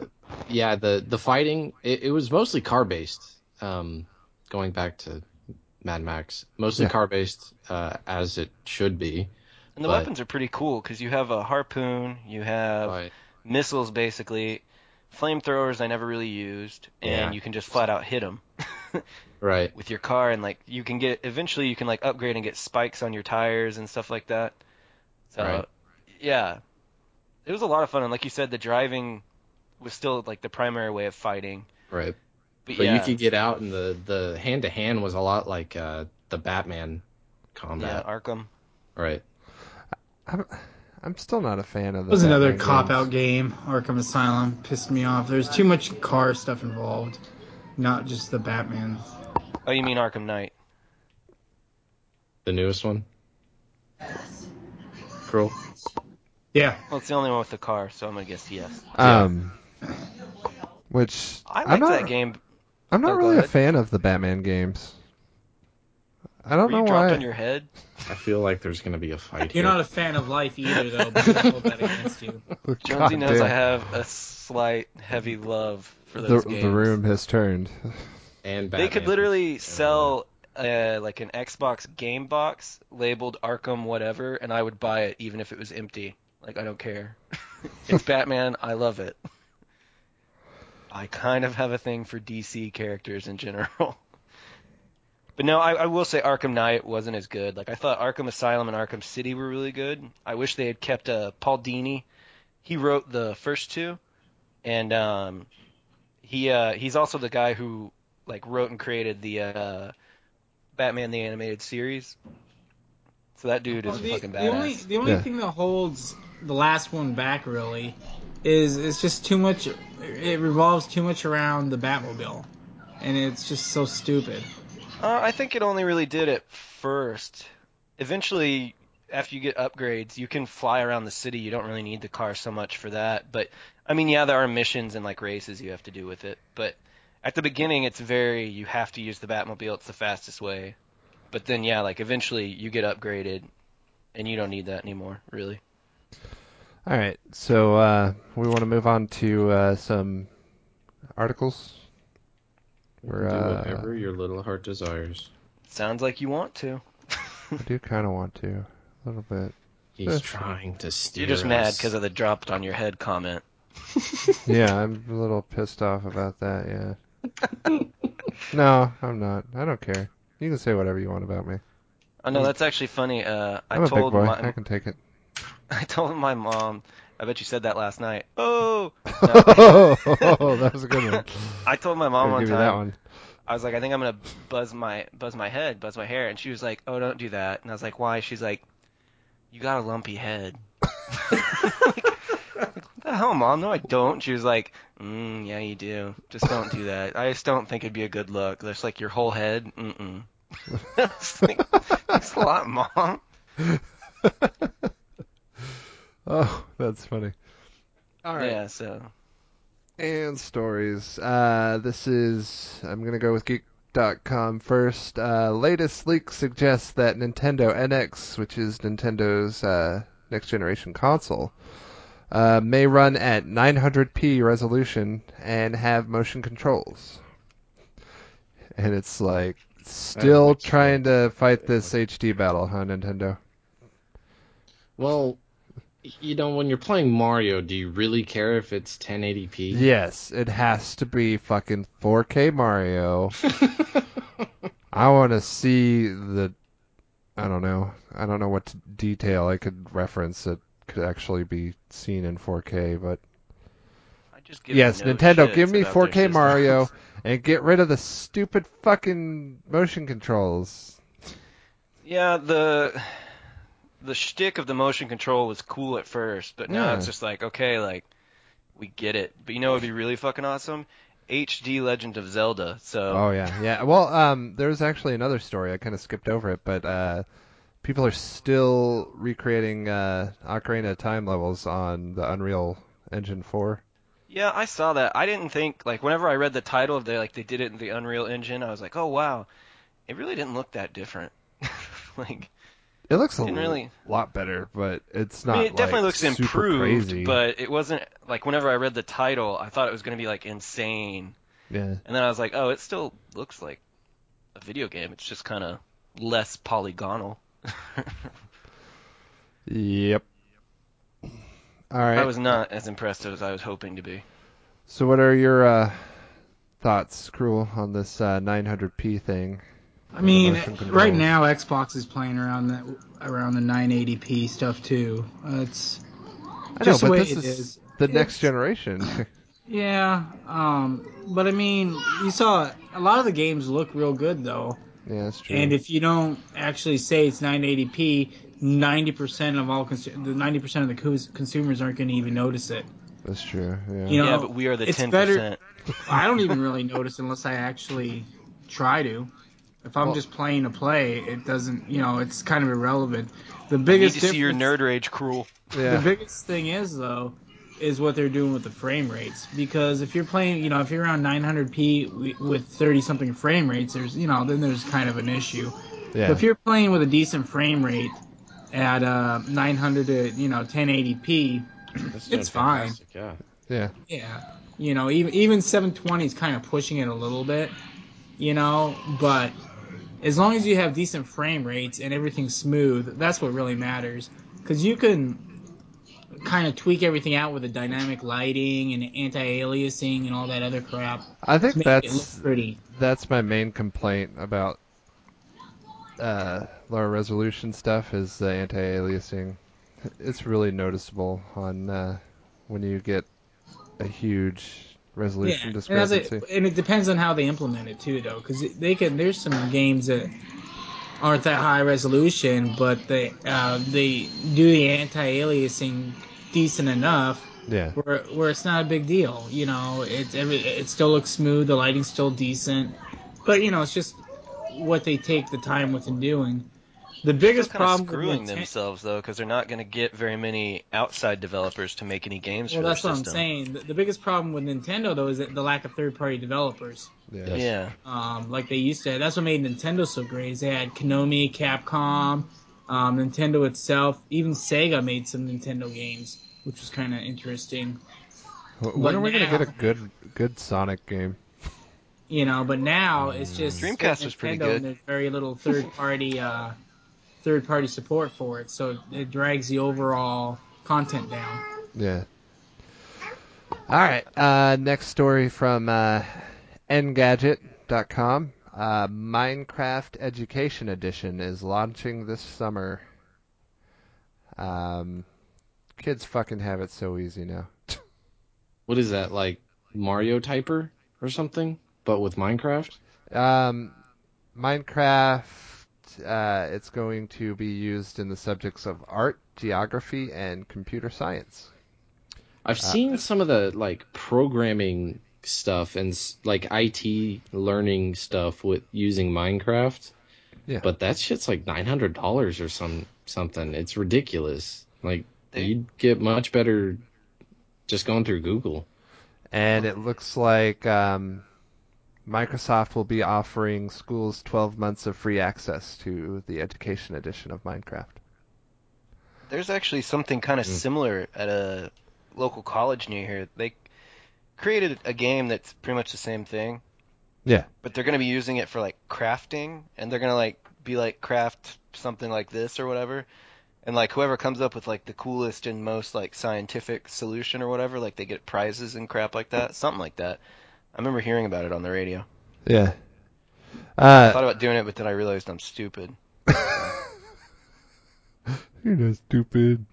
yeah, the the fighting it, it was mostly car based. Um, going back to Mad Max, mostly Yeah. car based uh, as it should be. and the but- weapons are pretty cool because you have a harpoon, you have But missiles basically, flamethrowers I never really used, and Yeah. you can just flat out hit them right, with your car. And like you can get eventually you can like upgrade and get spikes on your tires and stuff like that. So Right. yeah, it was a lot of fun. And like you said, the driving was still like the primary way of fighting. right. But, But yeah, you could get out, and the the hand to hand was a lot like uh, the Batman yeah, combat. Arkham. Right. I'm still not a fan of the. It was another Batman cop games. out game. Arkham Asylum pissed me off. There's too much car stuff involved, not just the Batman. Oh, you mean Arkham Knight? The newest one. Cool. Yeah, Well, it's the only one with the car, so I'm gonna guess yes. Yeah. Um, which I am liked not, that game. I'm not Oh, go really a ahead. fan of the Batman games. I Were don't you know dropped why. on your head? I feel like there's gonna be a fight. you're here. not a fan of life either, though. But I hold that against you. Jonesy God knows damn. I have a slight heavy love for the, those the games. room has turned. and They Batman. could literally sell uh, like an Xbox game box labeled Arkham whatever, and I would buy it even if it was empty. Like I don't care. it's Batman. I love it. I kind of have a thing for DC characters in general. But no, I, I will say Arkham Knight wasn't as good. Like I thought Arkham Asylum and Arkham City were really good. I wish they had kept uh, Paul Dini. He wrote the first two, and um, he uh, he's also the guy who like wrote and created the uh, Batman the animated series. So that dude is Well, a Oh, the, fucking the badass. only the only Yeah. thing that holds the last one back really is it's just too much. It revolves too much around the Batmobile, and it's just so stupid. Uh, I think it only really did at first. Eventually, after you get upgrades, you can fly around the city. You don't really need the car so much for that. But I mean, yeah, there are missions and like races you have to do with it. But at the beginning, it's very you have to use the Batmobile. It's the fastest way. But then, yeah, like eventually you get upgraded, and you don't need that anymore, really. All right, so uh, we want to move on to uh, some articles. We're, do uh, whatever your little heart desires. Sounds like you want to. I do kind of want to a little bit. He's Yeah. trying to steer. You're just mad us. because of the dropped on your head comment. Yeah, I'm a little pissed off about that. Yeah. no, I'm not. I don't care. You can say whatever you want about me. Oh no, that's actually funny. Uh, Mm. I I'm a big told boy. my I can take it. I told my mom. I bet you said that last night. Oh, oh, that was a good one. I told my mom I'll one give time. you that one. I was like, I think I'm gonna buzz my buzz my head, buzz my hair, and she was like, Oh, don't do that. And I was like, Why? She's like, You got a lumpy head. like, what the hell, mom? No, I don't. She was like, mm, Yeah, you do. Just don't do that. I just don't think it'd be a good look. That's like your whole head. Mm-mm. I was like, Thanks a lot, mom. Oh, that's funny. All right. Yeah. So And stories. Uh, this is. I'm going to go with Geek.com first. Uh, latest leak suggests that Nintendo NX, which is Nintendo's uh, next generation console, uh, may run at 900p resolution and have motion controls. And it's like still looks trying to fight this HD battle, huh, Nintendo? Well, you know, when you're playing Mario, do you really care if it's 1080p? Yes, it has to be fucking 4K Mario. I want to see the. I don't know. I don't know what t- detail I could reference that could actually be seen in 4K, but I just give yes, no Nintendo, shits give me about their 4K systems. Mario and get rid of the stupid fucking motion controls. Yeah, the the shtick of the motion control was cool at first, but now Yeah. it's just like okay, like we get it. But you know, it'd be really fucking awesome. HD Legend of Zelda. So Oh yeah, yeah. Well, um, there was actually another story. I kind of skipped over it, but uh, people are still recreating uh, Ocarina of Time levels on the Unreal Engine 4. Yeah, I saw that. I didn't think like whenever I read the title of they like they did it in the Unreal Engine, I was like, oh wow, it really didn't look that different. like It looks a Didn't really- lot better, but it's not. I mean, it definitely like, looks super improved, crazy. but it wasn't like whenever I read the title, I thought it was gonna be like insane, yeah, and then I was like, oh, it still looks like a video game. It's just kind of less polygonal. yep. All right. I was not as impressed as I was hoping to be. So, what are your uh, thoughts, Cruel, on this uh, 900p thing? I mean, Motion controls. right now Xbox is playing around the around the 980p stuff too. Uh, it's I Just know, but the way this it is is. the It's- next generation. yeah, um, but I mean, you saw a lot of the games look real good though. yeah, that's true. And if you don't actually say it's 980p, 90% of all consu- the 90% of the cons- consumers aren't going to even notice it. that's true. Yeah. You know, yeah, but we are the it's ten better- percent. I don't even really notice unless I actually try to. If I'm Well- just playing a play, it doesn't. You know, it's kind of irrelevant. The Need biggest to see your difference- nerd rage, cruel. yeah. The biggest thing is though, is what they're doing with the frame rates. Because if you're playing, you know, if you're around 900p wi- with 30 something frame rates, there's, you know, then there's kind of an issue. yeah. But if you're playing with a decent frame rate at uh, 900 to you know 1080p, That's It's fine. fantastic, Yeah. yeah. yeah, you know even even 720 is kind of pushing it a little bit, you know. But as long as you have decent frame rates and everything's smooth, that's what really matters. Because you can kind of tweak everything out with the dynamic lighting and anti-aliasing and all that other crap. I think Make it that's look pretty. that's my main complaint about uh, lower resolution stuff is the anti-aliasing. It's really noticeable on uh, when you get a huge resolution and, as it- discrepancy. and it depends on how they implement it too, though, because they can. There's some games that aren't that high resolution, but they uh, they do the anti-aliasing decent enough yeah, where where it's not a big deal. You know, it every, it still looks smooth, the lighting's still decent, but you know, it's just what they take the time with in doing. The biggest kind of problem with screwing Ninten- themselves though, because they're not going to get very many outside developers to make any games Well, for that's their what I'm system. saying. The, the biggest problem with Nintendo though is that the lack of third-party developers. yeah, Yeah, um, like they used to. That's what made Nintendo so great. Is they had Konami, Capcom, um, Nintendo itself, even Sega made some Nintendo games, which was kind of interesting. Wh- When But are we gonna get a now- good good Sonic game? You know, but now it's just Dreamcast was pretty Nintendo good. And there's very little third party uh, third party support for it, so it drags the overall content down. Yeah. All right. Uh, next story from uh, Engadget.com. Uh, Minecraft Education Edition is launching this summer. Um, kids fucking have it so easy now. What is that like Mario Typer or something, but with Minecraft? Um, Minecraft. Uh, it's going to be used in the subjects of art, geography, and computer science. I've seen some of the like programming stuff and s- like IT learning stuff with using Minecraft. Yeah. But that shit's like nine hundred dollars or some something. It's ridiculous. Like They- you'd get much better just going through Google. and it looks like um, Microsoft will be offering schools 12 months of free access to the education edition of Minecraft. there's actually something kind of Hmm. Mm. similar at a local college near here. They created a game that's pretty much the same thing. Yeah. But they're going to be using it for like crafting, and they're going to like be like craft something like this or whatever. And like whoever comes up with like the coolest and most like scientific solution or whatever, like they get prizes and crap like that, something like that. I remember hearing about it on the radio. Yeah. I Uh, thought about doing it, but then I realized I'm stupid. you're not stupid.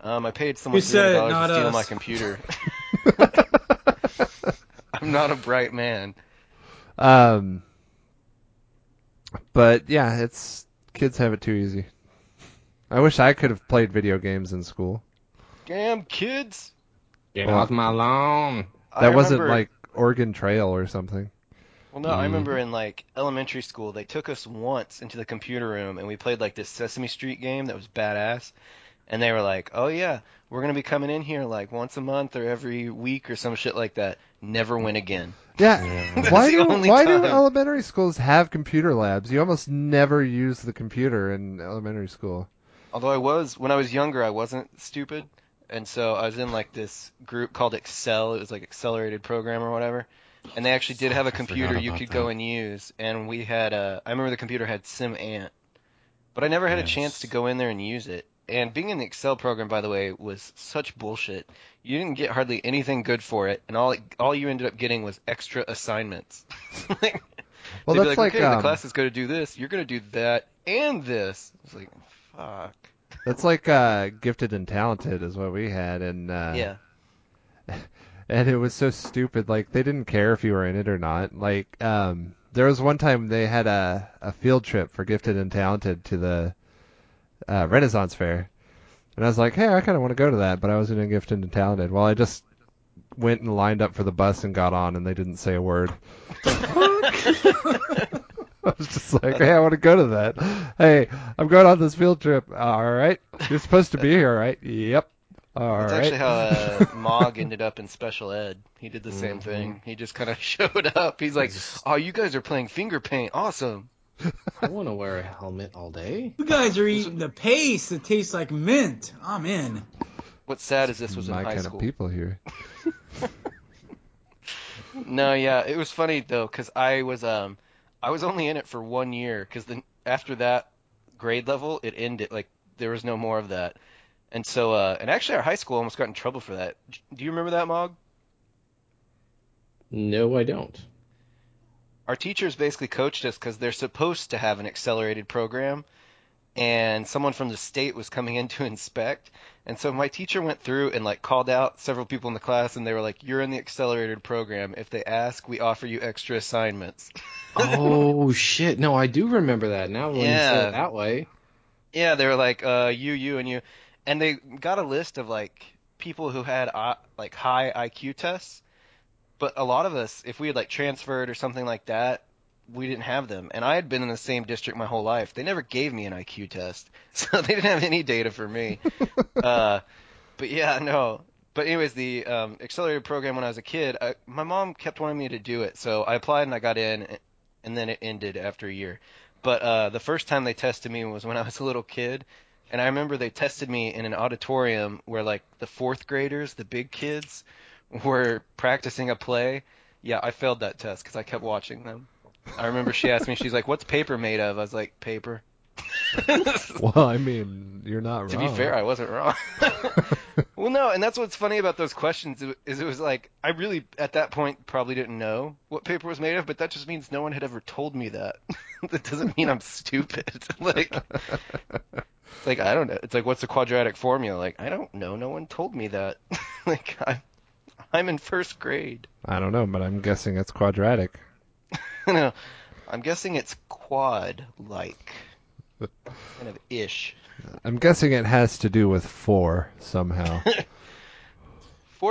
Um, I paid someone You said it, $300 not to steal us. my computer. I'm not a bright man. um, but yeah, it's kids have it too easy. I wish I could have played video games in school. Damn kids. Get Well- off my lawn. That I wasn't remember- like Oregon Trail or something. Well, no, I Mm. remember in like elementary school, they took us once into the computer room and we played like this Sesame Street game that was badass. And they were like, "Oh yeah, we're gonna be coming in here like once a month or every week or some shit like that." Never went again. Yeah. That's why the do only why time. do elementary schools have computer labs? You almost never use the computer in elementary school. Although I was when I was younger, I wasn't stupid, and so I was in like this group called Excel. It was like accelerated program or whatever, and they actually did have a I forgot computer you about could that. go and use. And we had uh, I remember the computer had SimAnt, but I never had Yes. a chance to go in there and use it. And being in the Excel program, by the way, was such bullshit. You didn't get hardly anything good for it, and all all you ended up getting was extra assignments. like, Well, they'd be that's like, like, okay, um, the class is going to do this. You're going to do that and this. It's like, fuck. that's like uh, gifted and talented is what we had, and uh, yeah. and it was so stupid. Like they didn't care if you were in it or not. Like um, there was one time they had a a field trip for gifted and talented to the uh, Renaissance Fair, and I was like, hey, I kind of want to go to that, but I wasn't in gifted and talented. Well, I just went and lined up for the bus and got on, and they didn't say a word. I was just like, hey, I want to go to that. Hey, I'm going on this field trip. All right, you're supposed to be here, right? Yep. All right. That's actually how uh, Mog ended up in special ed. He did the same Mm-hmm. thing. He just kind of showed up. He's like, "Oh, you guys are playing finger paint. Awesome." I want to wear a helmet all day. You guys are eating the paste that tastes like mint. I'm in. What's sad is this was in my high kind school. of people here. No, yeah, it was funny though because I was um, I was only in it for one year because then after that grade level it ended. Like there was no more of that. And so, uh, and actually, our high school almost got in trouble for that. Do you remember that, Mog? No, I don't. our teachers basically coached us because they're supposed to have an accelerated program and someone from the state was coming in to inspect and so my teacher went through and like called out several people in the class and they were like you're in the accelerated program if they ask we offer you extra assignments Oh shit! No, I do remember that now. When you say Yeah. it that way, yeah they were like uh you you and you and they got a list of like people who had uh, like high iq tests but a lot of us if we had like transferred or something like that we didn't have them and i had been in the same district my whole life they never gave me an iq test so they didn't have any data for me uh, but yeah no but anyways the um, accelerated program when i was a kid I, my mom kept wanting me to do it so i applied and i got in and then it ended after a year but uh, the first time they tested me was when i was a little kid and i remember they tested me in an auditorium where like the fourth graders the big kids were practicing a play yeah i failed that test because i kept watching them I remember she asked me, she's like, "What's paper made of?" I was like, "Paper." to Well, I mean, you're not wrong. be fair, I wasn't wrong. well, no, and that's what's funny about those questions is it was like I really at that point probably didn't know what paper was made of, but that just means no one had ever told me that. that doesn't mean I'm stupid. like, it's like I don't know. It's like what's the quadratic formula? Like I don't know. No one told me that. like I'm, I'm in first grade. I don't know, but I'm guessing it's quadratic. no, I'm guessing it's quad like. kind of ish. I'm guessing it has to do with four somehow.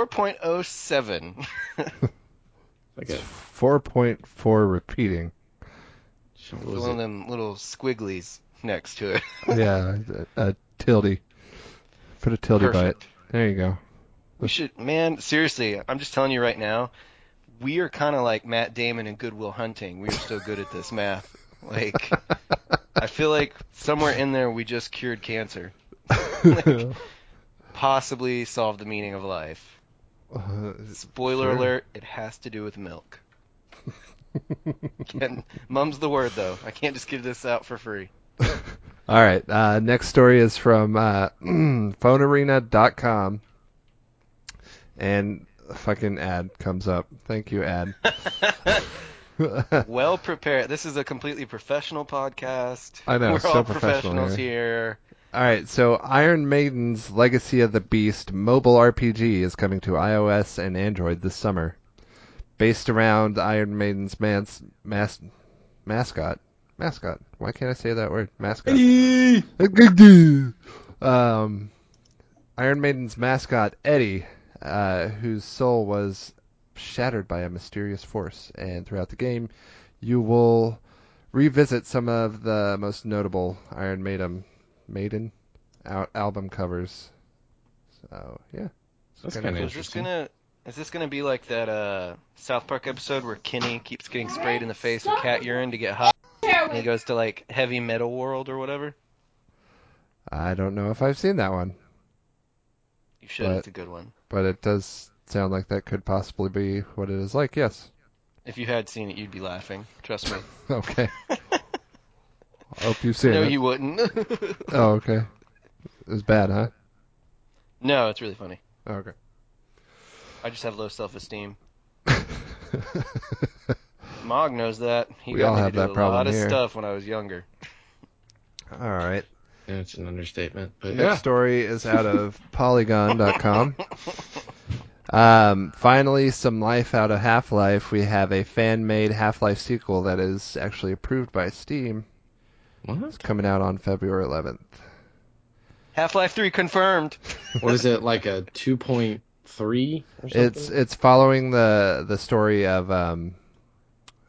4.07. like a four point four repeating. what was One of it? them little squigglies next to it. Yeah, a, a tilde. Put a tilde by it. Perfect. There you go. We should, man, seriously, I'm just telling you right now, we are kind of like Matt Damon and Goodwill Hunting. We are so good at this math. Like, I feel like somewhere in there we just cured cancer. Possibly solved the meaning of life. Uh, Spoiler Sure. alert, it has to do with milk. Can, mum's the word, though. I can't just give this out for free. All right. Uh, next story is from uh, phonearena.com. And a fucking ad comes up. Thank you, ad. well prepared. This is a completely professional podcast. I know, We're so all professional professionals here. All right, so Iron Maiden's Legacy of the Beast mobile RPG is coming to iOS and Android this summer, based around Iron Maiden's man's, mas- mascot mascot. Why can't I say that word? Mascot. Eddie! um, Iron Maiden's mascot Eddie, uh, whose soul was shattered by a mysterious force, and throughout the game, you will revisit some of the most notable Iron Maiden Maiden out album covers. So yeah, It's That's kinda kinda cool. interesting. Is this gonna is this gonna be like that uh, South Park episode where Kenny keeps getting sprayed in the face with cat urine to get high, and he goes to like heavy metal world or whatever? I don't know if I've seen that one, You should. But- It's a good one. but it does sound like that could possibly be what it is like. Yes. If you had seen it, you'd be laughing. Trust me. Okay. I hope you've seen no, it. you wouldn't. Oh, okay. It was bad, huh? no, it's really funny. Okay. I just have low self esteem. Mog knows that. He We got all me to have do that a problem lot here. of stuff when I was younger. All right. Yeah, it's an understatement, but Next yeah. story is out of Polygon.com. Um, finally, some life out of Half Life. We have a fan made Half Life sequel that is actually approved by Steam. What? It's coming out on February 11th. Half Life 3 confirmed. what is it like a 2.3 or something? It's it's following the the story of um,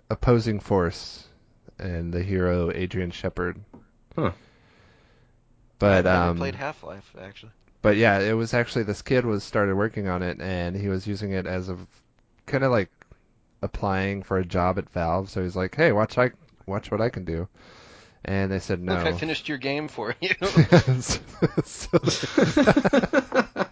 opposing force and the hero Adrian Shepard. Huh. But I um, played Half Life actually. but yeah, it was actually this kid was started working on it and he was using it as a kind of like applying for a job at Valve. So he's like, hey, watch I watch what I can do. And they said no. Look, I finished your game for you. so they,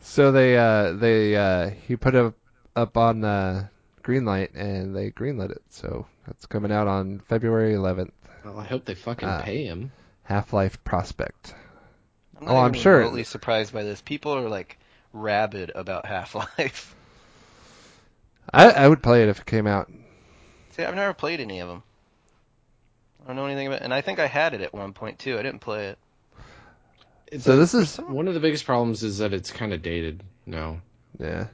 so they, uh, they uh, he put up up on uh, greenlight and they greenlit it. So that's coming out on February 11th. Well, I hope they fucking Ah. pay him. Half Life Prospect. I'm Oh, I'm even sure. Remotely surprised by this. People are like rabid about Half Life. I, I would play it if it came out. See, I've never played any of them. I don't know anything about. And I think I had it at one point too. I didn't play it. So this is One of the biggest problems is that it's kind of dated. No. Yeah.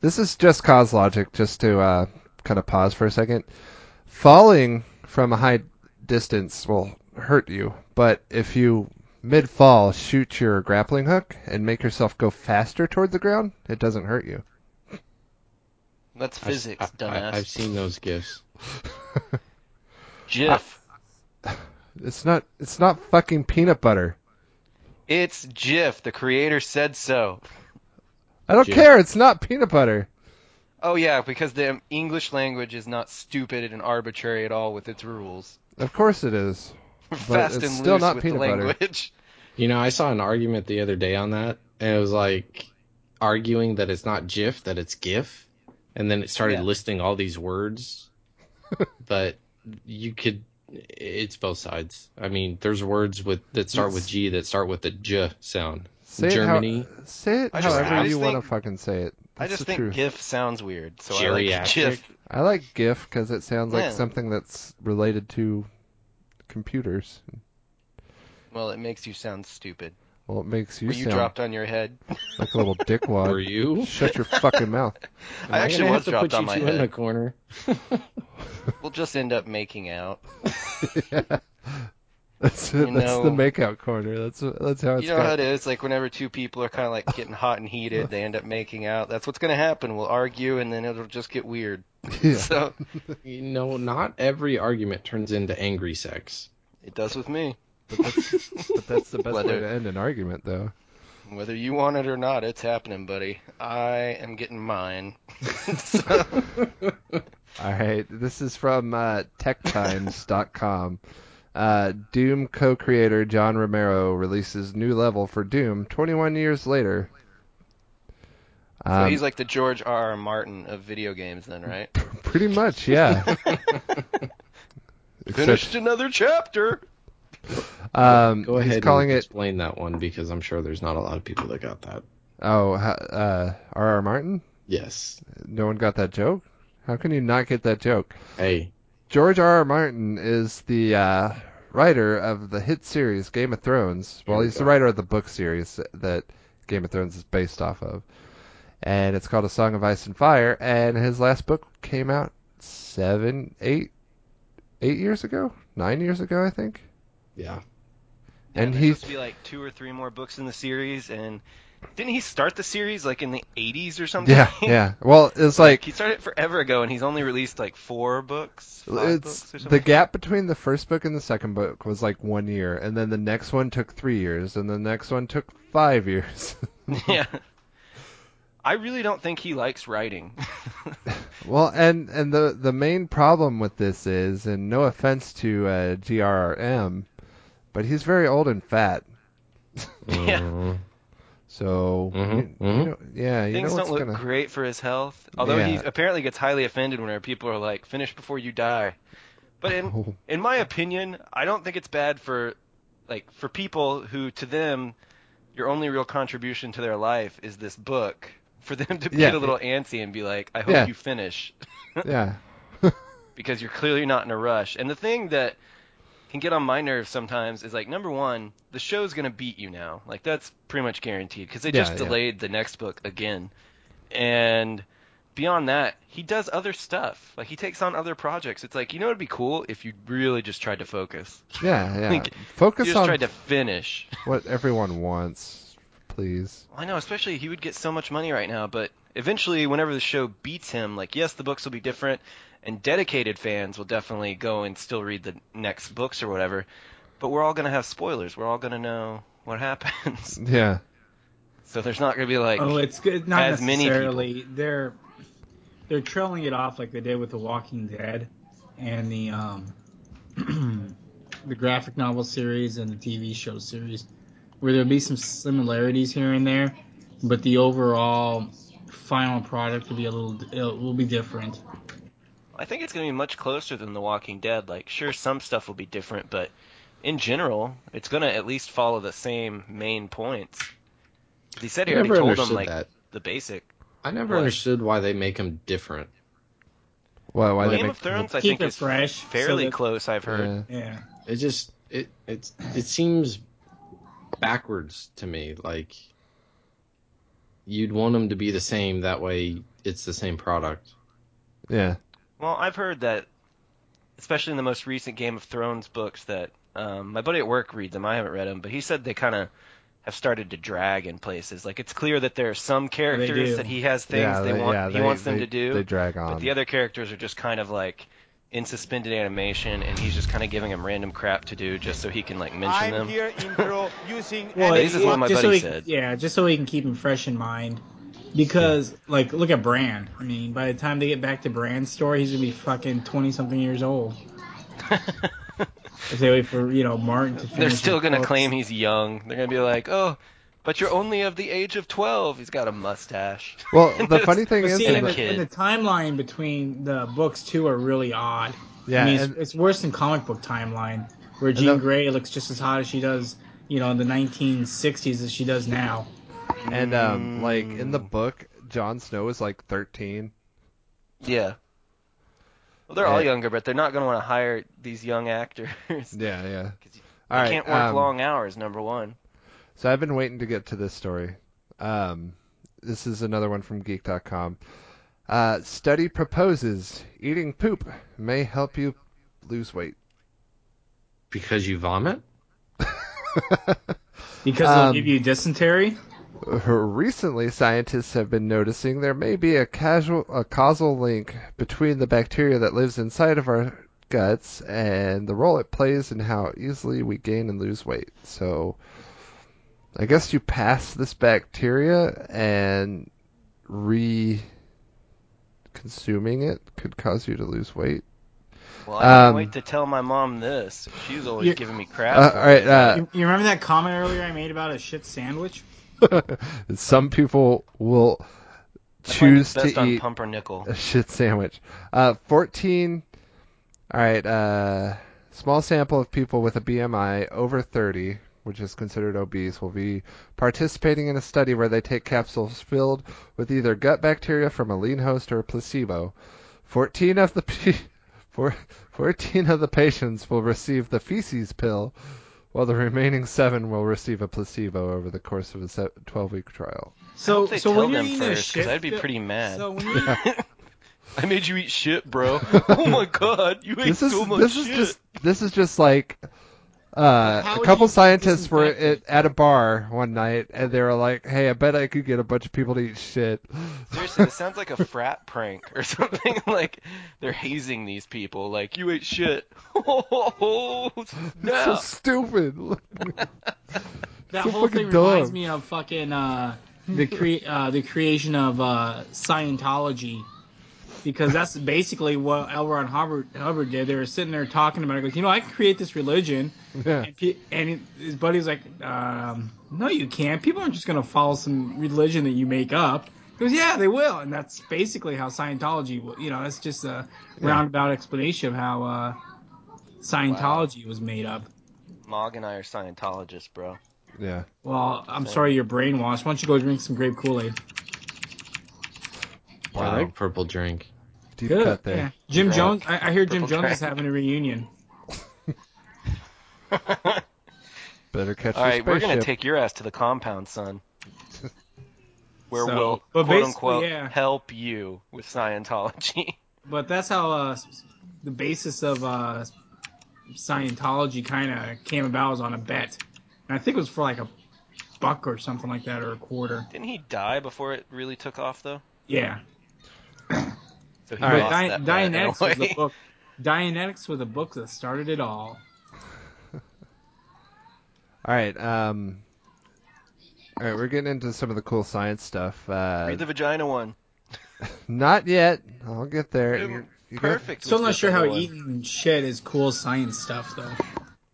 This is just cause logic, just to uh, kind of pause for a second. Falling from a high distance will hurt you, but if you mid fall shoot your grappling hook and make yourself go faster toward the ground, it doesn't hurt you. That's I've- physics, I, dumbass. I, have seen those gifs. GIF. It's not it's not fucking peanut butter. It's GIF. The creator said so. I don't Yeah. care, it's not peanut butter. Oh yeah, because the English language is not stupid and arbitrary at all with its rules. Of course it is. Fast it's and still loose not with peanut the butter. language. You know, I saw an argument the other day on that, and it was like arguing that it's not GIF, that it's GIF, and then it started Yeah. listing all these words. but you could, it's both sides. I mean, there's words with that start with It's- G that start with the J sound. Say it how- Germany, say it I however just- I you just want to think- fucking say it. I That's just the think truth. GIF sounds weird, so I like geriatric. GIF. I like GIF because it sounds like Yeah. something that's related to computers. Well, it makes you sound stupid. Well, it makes you Were you sound dropped on your head? like a little dickwad. Were you? Shut your fucking mouth. I Am actually gonna was have to dropped put on you my two in head. a corner. We'll just end up making out. That's You it. That's the know- makeout corner. That's that's how it's You know how got. it is? Like whenever two people are kind of like getting hot and heated, they end up making out. That's what's going to happen. We'll argue, and then it'll just get weird. Yeah. So You know, not every argument turns into angry sex. it does with me. But that's, but that's the best way Whether- to end an argument, though. Whether you want it or not, it's happening, buddy. I am getting mine. So- All right, this is from uh, TechTimes.com. Uh, Doom co-creator John Romero releases new level for Doom 21 years later. so Um, he's like the George R. R. Martin of video games, then, right? Pretty much, yeah. Finished another chapter. Um, Go ahead he's calling and it. explain that one because I'm sure there's not a lot of people that got that. Oh, ha- uh, R.R. Martin. Yes. No one got that joke. How can you not get that joke? Hey, George R.R. Martin is the uh, writer of the hit series Game of Thrones. Well, Here we he's the go. writer of the book series that Game of Thrones is based off of, and it's called A Song of Ice and Fire. And his last book came out seven, eight eight years ago, nine years ago, I think. Yeah. Yeah, and there's he supposed to be like two or three more books in the series, and didn't he start the series like in the 80s or something? yeah, yeah. Well, it's like he started forever ago, and he's only released like four books. Five it's books or the something. gap between the first book and the second book was like one year, and then the next one took three years, and the next one took five years. yeah. I really don't think he likes writing. Well, and and the the main problem with this is, and no offense to uh, GRRM, but he's very old and fat. Yeah. Mhm. So Mhm, you- you mhm. know- yeah, you Things know what's don't look gonna. great for his health. Although he Yeah. apparently gets highly offended whenever people are like, "Finish before you die." But in Oh, in my opinion, I don't think it's bad for like for people who to them your only real contribution to their life is this book. For them to Yeah. get a little antsy and be like, "I hope Yeah. you finish," yeah, because you're clearly not in a rush. And the thing that can get on my nerves sometimes is like number one, the show's gonna beat you now. Like that's pretty much guaranteed because they Yeah, just yeah. delayed the next book again. And beyond that, he does other stuff. Like he takes on other projects. It's like you know it'd be cool if you really just tried to focus. yeah, yeah. Like, You Focus just on tried to finish. what everyone wants, please. I know, especially he would get so much money right now, but eventually, whenever the show beats him, like, yes, the books will be different, and dedicated fans will definitely go and still read the next books or whatever, but we're all going to have spoilers. We're all going to know what happens. Yeah, so there's not going to be like, oh, it's good. Not as many necessarily. they're they're trailing it off like they did with The Walking Dead and the um the graphic novel series and the TV show series, where there'll be some similarities here and there, but the overall final product will be a little it will be different. I think it's going to be much closer than The Walking Dead. Like, sure, some stuff will be different, but in general, it's going to at least follow the same main points. He said he I already never told understood them, like, that. the basic. I never What? understoed why they make him different. well, why Well, they Game make of Thrones, I Keep think, it is fresh, so fairly that- close, I've heard. yeah. Yeah. It just it it's it seems backwards to me. Like you'd want them to be the same. That way, it's the same product. yeah, Well, I've heard that, especially in the most recent Game of Thrones books, that um, my buddy at work read them. I haven't read them, but he said they kind of have started to drag in places. Like it's clear that there are some do. characters that he has things yeah, they, want. yeah, he they- wants them they- to do, They drag on. but the other characters are just kind of like in suspended animation, and he's just kind of giving them random crap to do just so he can like mention I'm them. here in Peru using Well, This is it- what my just buddy so he, said. Yeah, just so he can keep him fresh in mind. Because, like, look at Bran. I mean, by the time they get back to Bran's story, he's gonna be fucking twenty something years old. If they wait for you know Martin to finish, They're still his gonna books. claim he's young. They're gonna be like, oh. But you're only of the age of twelve. He's got a mustache. well, the funny thing But is, see, and that- and a the, and the timeline between the books too are really odd. yeah, I mean, it's, and- it's worse than comic book timeline, where Jean the- Grey looks just as hot as she does, you know, in the 1960s as she does now. and um, like in the mm. book, Jon Snow is like thirteen. Yeah. Well, they're all Yeah. younger, but they're not going to want to hire these young actors. they Yeah, yeah. 'Cause you- All right. can't work um, long hours, number one. So I've been waiting to get to this story. Um, this is another one from Geek.com. Uh, study proposes eating poop may help you lose weight. Because you vomit. Because Um, they'll give you dysentery. Recently, scientists have been noticing there may be a casual, a causal link between the bacteria that lives inside of our guts and the role it plays in how easily we gain and lose weight. So, I guess you pass this bacteria and re consuming it could cause you to lose weight. Well, I can't um, wait to tell my mom this. She's always You- giving me crap. Uh, for all right, it. uh, You, you remember that comment earlier I made about a shit sandwich? uh, some people will I find it's choose best to on eat pumpernickel. a shit sandwich. Uh, 14. All right. Uh, small sample of people with a BMI over 30, which is considered obese, will be participating in a study where they take capsules filled with either gut bacteria from a lean host or a placebo. 14 of the pe- four- 14 of the patients will receive the feces pill, while the remaining seven will receive a placebo over the course of a 12-week trial. So, They so tell when you're them eating a first, shit, because I'd be fi- pretty mad. So when you're, I made you eat shit, bro. oh my god, you ate this is so much this shit. is just this is just like uh, How a do couple you scientists were at, disinfect at a bar one night and they were like, "Hey, I bet I could get a bunch of people to eat shit." Seriously, this sounds like a frat prank or something. like they're hazing these people. Like you ate shit. Oh, It's no. so stupid. That So whole fucking thing reminds dumb. me of fucking uh, the cre- uh, the creation of uh, Scientology, because that's basically what L. Ron Hubbard, Hubbard did. They were sitting there talking about it, like, you know, I can create this religion, yeah. and, pe- and his buddy's like, um, no, you can't. People aren't just gonna follow some religion that you make up. He goes, yeah, they will, and that's basically how Scientology. wa- You know, that's just a roundabout explanation of how uh, Scientology was made up. Mog and I are Scientologists, bro. Yeah. Well, I'm sorry you're brainwashed. Why don't you go drink some grape Kool Aid? Wow, Alright. purple drink. Deep cut there. Jim Drink. Jones. I, I hear Jim Purple Jones is drink. having a reunion. Better catch All right, your we're gonna spaceship. take your ass to the compound, son. Where So- we'll but quote basically, unquote yeah. help you with Scientology. But that's how uh, s- the basis of uh, Scientology kind of came about was on a bet, and I think it was for like a buck or something like that or a quarter. Didn't he die before it really took off though? Yeah. So he All right. lost Di- that bet in a Dianetics was the way. book. Dianetics was the book that started it all. All right. Um. All right, we're getting into some of the cool science stuff. Uh, Read the vagina one. not yet. I'll get there. You're- you got- Perfect. Still was not the sure how other one. eating shit is cool science stuff though.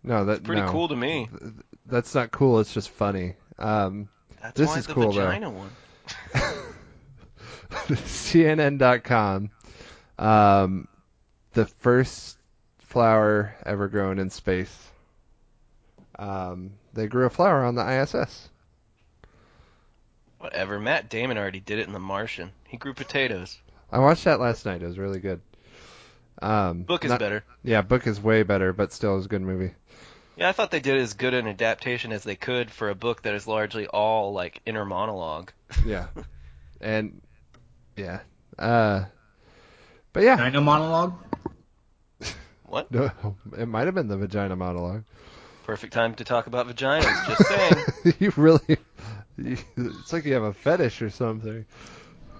no, that Pretty no. cool to me. That's not cool. It's just funny. Um, That's This why is the cool, though. vagina one. CNN.com. Um, the first flower ever grown in space. Um, they grew a flower on the ISS. Whatever. Matt Damon already did it in The Martian. He grew potatoes. I watched that last night. It was really good. Um, Book is not- better. Yeah, book is way better, but still, it was a good movie. Yeah, I thought they did as good an adaptation as they could for a book that is largely all like inner monologue. Yeah, and yeah, uh, but yeah, Dino monologue. What? no, it might have been the vagina monologue. Perfect time to talk about vaginas. Just saying. you really, you, it's like you have a fetish or something.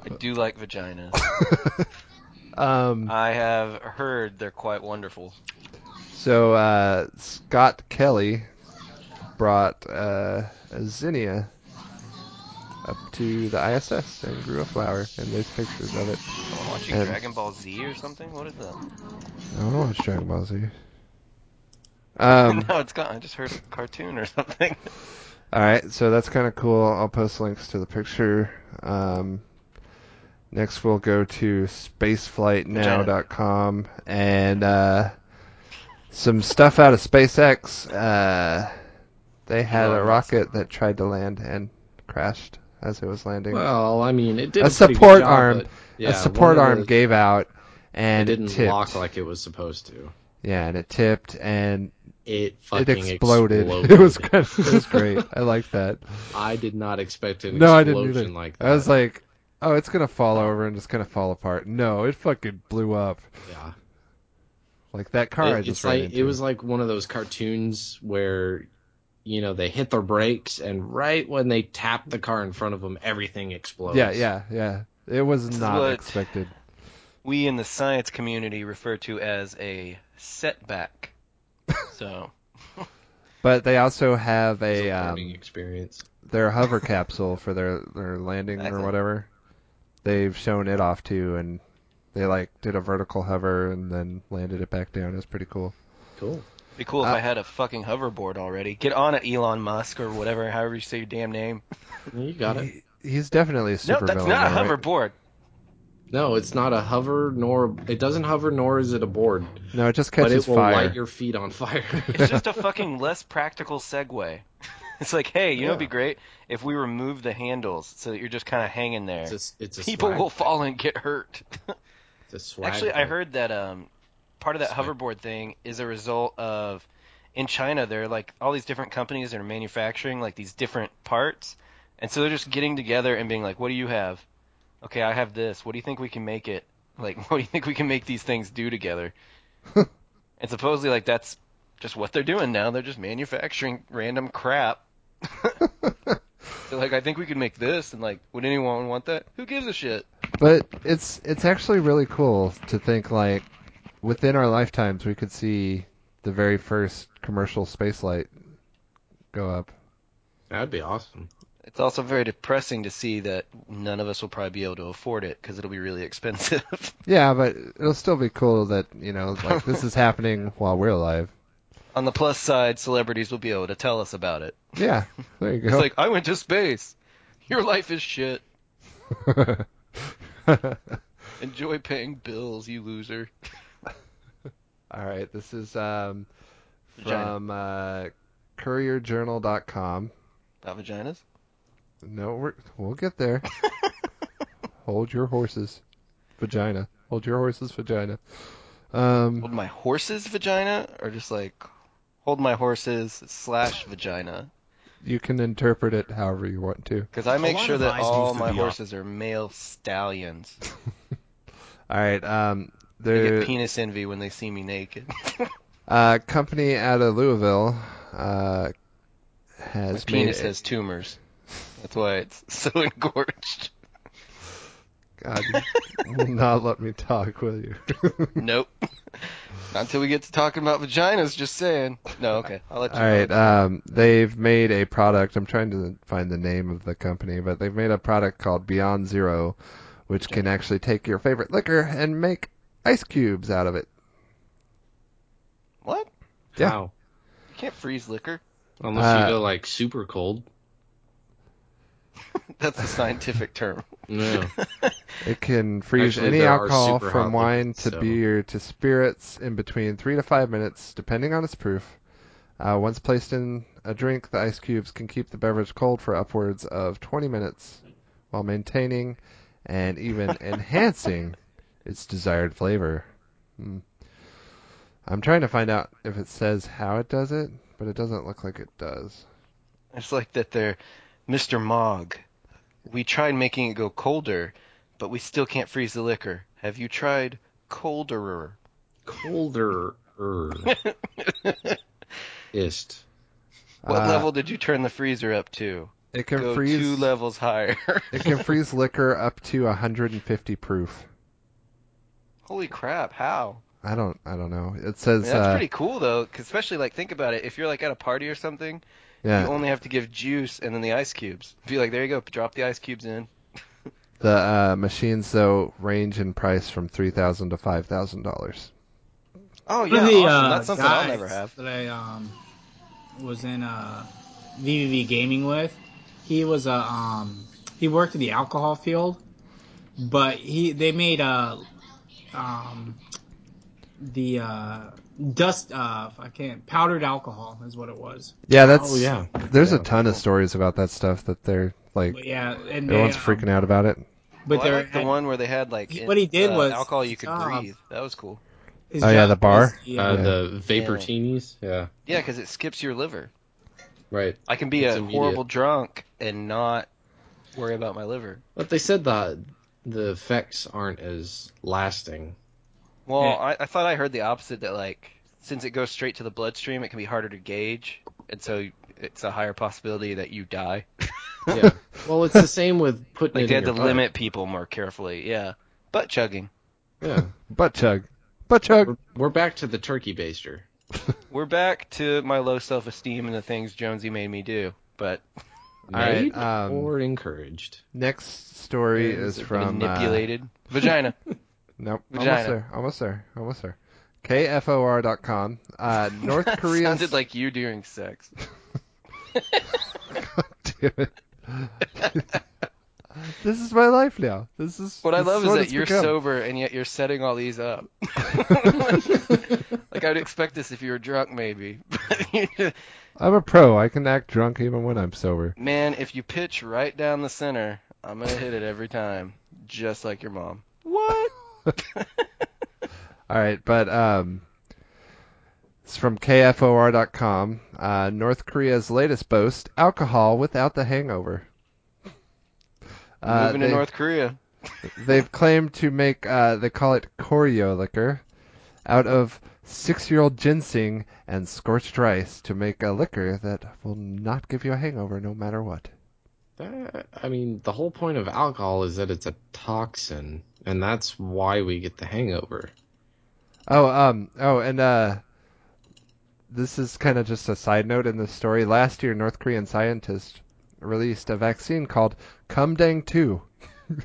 I do like vaginas. Um, I have heard they're quite wonderful. so uh, Scott Kelly brought uh, a zinnia up to the ISS and grew a flower, and there's pictures of it. I'm watching And- Dragon Ball Z or something. What is that? I don't know what's Dragon Ball Z. Um, no, it's gone. I just heard a cartoon or something. All right, so that's kind of cool. I'll post links to the picture. Um, next, we'll go to spaceflightnow.com and uh, some stuff out of SpaceX. Uh, they had a Elon Musk. rocket that tried to land and crashed as it was landing. Well, I mean, it did A a, pretty good support job, arm. but, yeah, a support one of arm the- gave out It and didn't tipped. lock like it was supposed to. yeah, and it tipped and It fucking it exploded. exploded. It was kind of, it was great. I like that. I did not expect an No, I explosion didn't either. like that. I was like, oh, it's gonna fall over and it's gonna fall apart. No, it fucking blew up. yeah. Like that car I It- just it's ran like into. it was like one of those cartoons where you know they hit their brakes and right when they tap the car in front of them everything explodes yeah, yeah, yeah. It was is not what- expected. We in the science community refer to as a setback. So But they also have It's a a um, learning experience their hover capsule for their their landing or Excellent. whatever. They've shown it off too, and they like did a vertical hover and then landed it back down. It was pretty cool. cool Be cool if Uh, I had a fucking hoverboard already. Get on it, Elon Musk or whatever, however you say your damn name. you got it He- he's definitely a super no, that's villain, not a though, right? hoverboard. no it's not a hover nor it doesn't hover nor is it a board No, it just but catches it will fire. light your feet on fire It's just a fucking less practical segue. It's like, hey, you know, it'd be Yeah. great if we remove the handles so that you're just kind of hanging there. it's a, it's a People swag will bag. fall and get hurt. It's a swag Actually, I bag. heard that um, part of that Swag. hoverboard thing is a result of in China they're like all these different companies that are manufacturing like these different parts, and so they're just getting together and being like, "What do you have? Okay, I have this. What do you think we can make it?" Like, what do you think we can make these things do together? and supposedly, like, that's just what they're doing now. They're just manufacturing random crap. so, like, I think we could make this, and, like, would anyone want that? Who gives a shit? But it's it's actually really cool to think like within our lifetimes we could see the very first commercial spacelight go up. That'd be awesome. It's also very depressing to see that none of us will probably be able to afford it because it'll be really expensive. Yeah, but it'll still be cool that you know like this is happening while we're alive. On the plus side, celebrities will be able to tell us about it. Yeah, there you go. It's like, I went to space. Your life is shit. Enjoy paying bills, you loser. All right, this is um, from uh, CourierJournal.com. About vaginas? No, we're, we'll get there. Hold your horses, vagina. Hold your horses, vagina. Um, Hold my horse's vagina? Or just like, hold my horse's slash vagina? you can interpret it however you want to. Because I make lot sure of that eyes all move to my the op- horses are male stallions. All right, um, They there get penis envy when they see me naked. uh, company out of Louisville uh, my has made penis a- has tumors. That's why it's so engorged. God, you will uh, not let me talk, will you? Nope. Not until we get to talking about vaginas, just saying. No, okay. I'll let you All know. right, um, they've made a product. I'm trying to find the name of the company, but they've made a product called Beyond Zero, which can actually take your favorite liquor and make ice cubes out of it. What? Yeah. How? You can't freeze liquor. Unless Uh, you go like super cold. That's a scientific term. No. It can freeze Actually, any there are alcohol super from hot wine liquids, to so- beer to spirits in between three to five minutes, depending on its proof. Uh, once placed in a drink, the ice cubes can keep the beverage cold for upwards of 20 minutes while maintaining and even enhancing its desired flavor. Hmm. I'm trying to find out if it says how it does it, but it doesn't look like it does. It's like that they're Mr. Mog. We tried making it go colder, but we still can't freeze the liquor. Have you tried colderer? Colder ist. What Uh, level did you turn the freezer up to? It can Go freeze two levels higher. It can freeze liquor up to 150 proof. Holy crap! How? I don't. I don't know. It I says. mean, that's uh, pretty cool though, 'cause especially like think about it. If you're like at a party or something, you Yeah. only have to give juice and then the ice cubes. Be like, there you go. Drop the ice cubes in. The uh, machines though range in price from three thousand to five thousand dollars. Oh yeah, One of the, awesome. uh, That's something I'll guys never have. That I um, was in uh, VVV gaming with. He was a um, he worked in the alcohol field, but he they made uh, um, the uh, dust uh, I can't powdered alcohol is what it was. Yeah, that's. oh yeah. There's a ton of stories about that stuff that they're like. But yeah, and they, Everyone's um, freaking out about it. But Well, Oh, I they're liked the at- one where they had like He- what he did uh, was- alcohol you could Ah. breathe. That was cool. his Oh, yeah, job the bar? is the, Uh, uh, the Yeah. vapor teenies. Yeah. Yeah, because it skips your liver. Right. I can be It's a immediate. horrible drunk and not worry about my liver. But they said the the effects aren't as lasting. Well, Yeah. I, I thought I heard the opposite that like since it goes straight to the bloodstream, it can be harder to gauge, and so it's a higher possibility that you die. Yeah. well, it's the same with putting Like it they in had to your butt. limit people more carefully. Yeah, butt chugging. Yeah. Butt chug. Butt chug. We're, we're back to the turkey baster. We're back to my low self-esteem and the things Jonesy made me do. But All right, Made um, or encouraged. Next story is from. uh, manipulated vagina. nope. Almost Vagina. there. Almost there. Almost there. KFOR.com. Uh, North Korea. sounded like you during sex. Damn it. this is my life now. This is What I this love is what that it's you're become. sober and yet you're setting all these up. like I'd expect this if you were drunk, maybe. But I'm a pro. I can act drunk even when I'm sober. Man, if you pitch right down the center, I'm gonna hit it every time, just like your mom. What? All right, but um, it's from KFOR.com. Uh, North Korea's latest boast: alcohol without the hangover. Uh, Moving to they- North Korea. They've claimed to make, uh, they call it Koryo liquor, out of six year old ginseng and scorched rice to make a liquor that will not give you a hangover no matter what. That, I mean, the whole point of alcohol is that it's a toxin, and that's why we get the hangover. Oh, um, oh, and uh, this is kind of just a side note in the story. Last year, North Korean scientists released a vaccine called Cumdang 2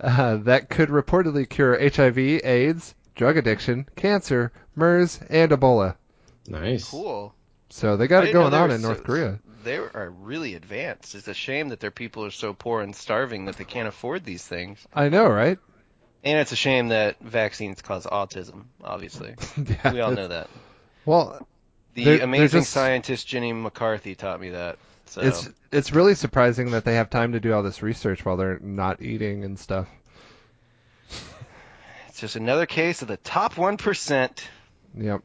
uh, that could reportedly cure HIV, AIDS, drug addiction, cancer, MERS, and Ebola. Nice. Cool. So they got I it going didn't know they on were in so- North Korea. They are really advanced. It's a shame that their people are so poor and starving that they can't afford these things. I know, right? And it's a shame that vaccines cause autism, obviously. yeah, We all that's- know that. Well, The They're- they're amazing just- scientist Jenny McCarthy taught me that. So It's it's really surprising that they have time to do all this research while they're not eating and stuff. it's just another case of the top 1%. Yep.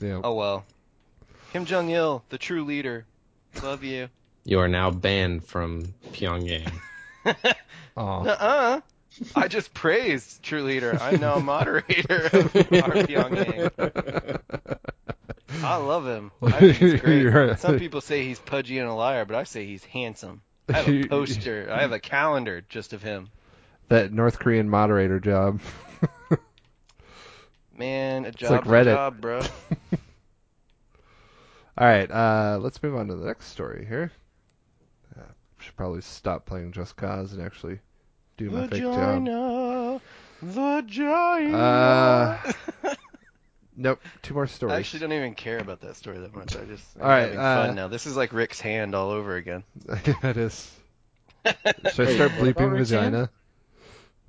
Yep. Oh well. Kim Jong Il, the true leader. Love you. You are now banned from Pyongyang. Aw. Uh-uh. I just praised true leader. I'm now a moderator of our Pyongyang. I love him. I think he's You're- great. Some people say he's pudgy and a liar, but I say he's handsome. I have a poster. I have a calendar just of him. That North Korean moderator job. Man, a job's like a Reddit. job, bro. All right, uh, let's move on to the next story here. Uh, should probably stop playing Just Cause and actually do my fake job. Vagina. Vagina. Uh, Nope, two more I stories. actually don't even care about that story that much. I just I'm All right, having uh, fun now. This is like Rick's hand all over again. that is. Should I start what about bleeping Rick's hand? vagina?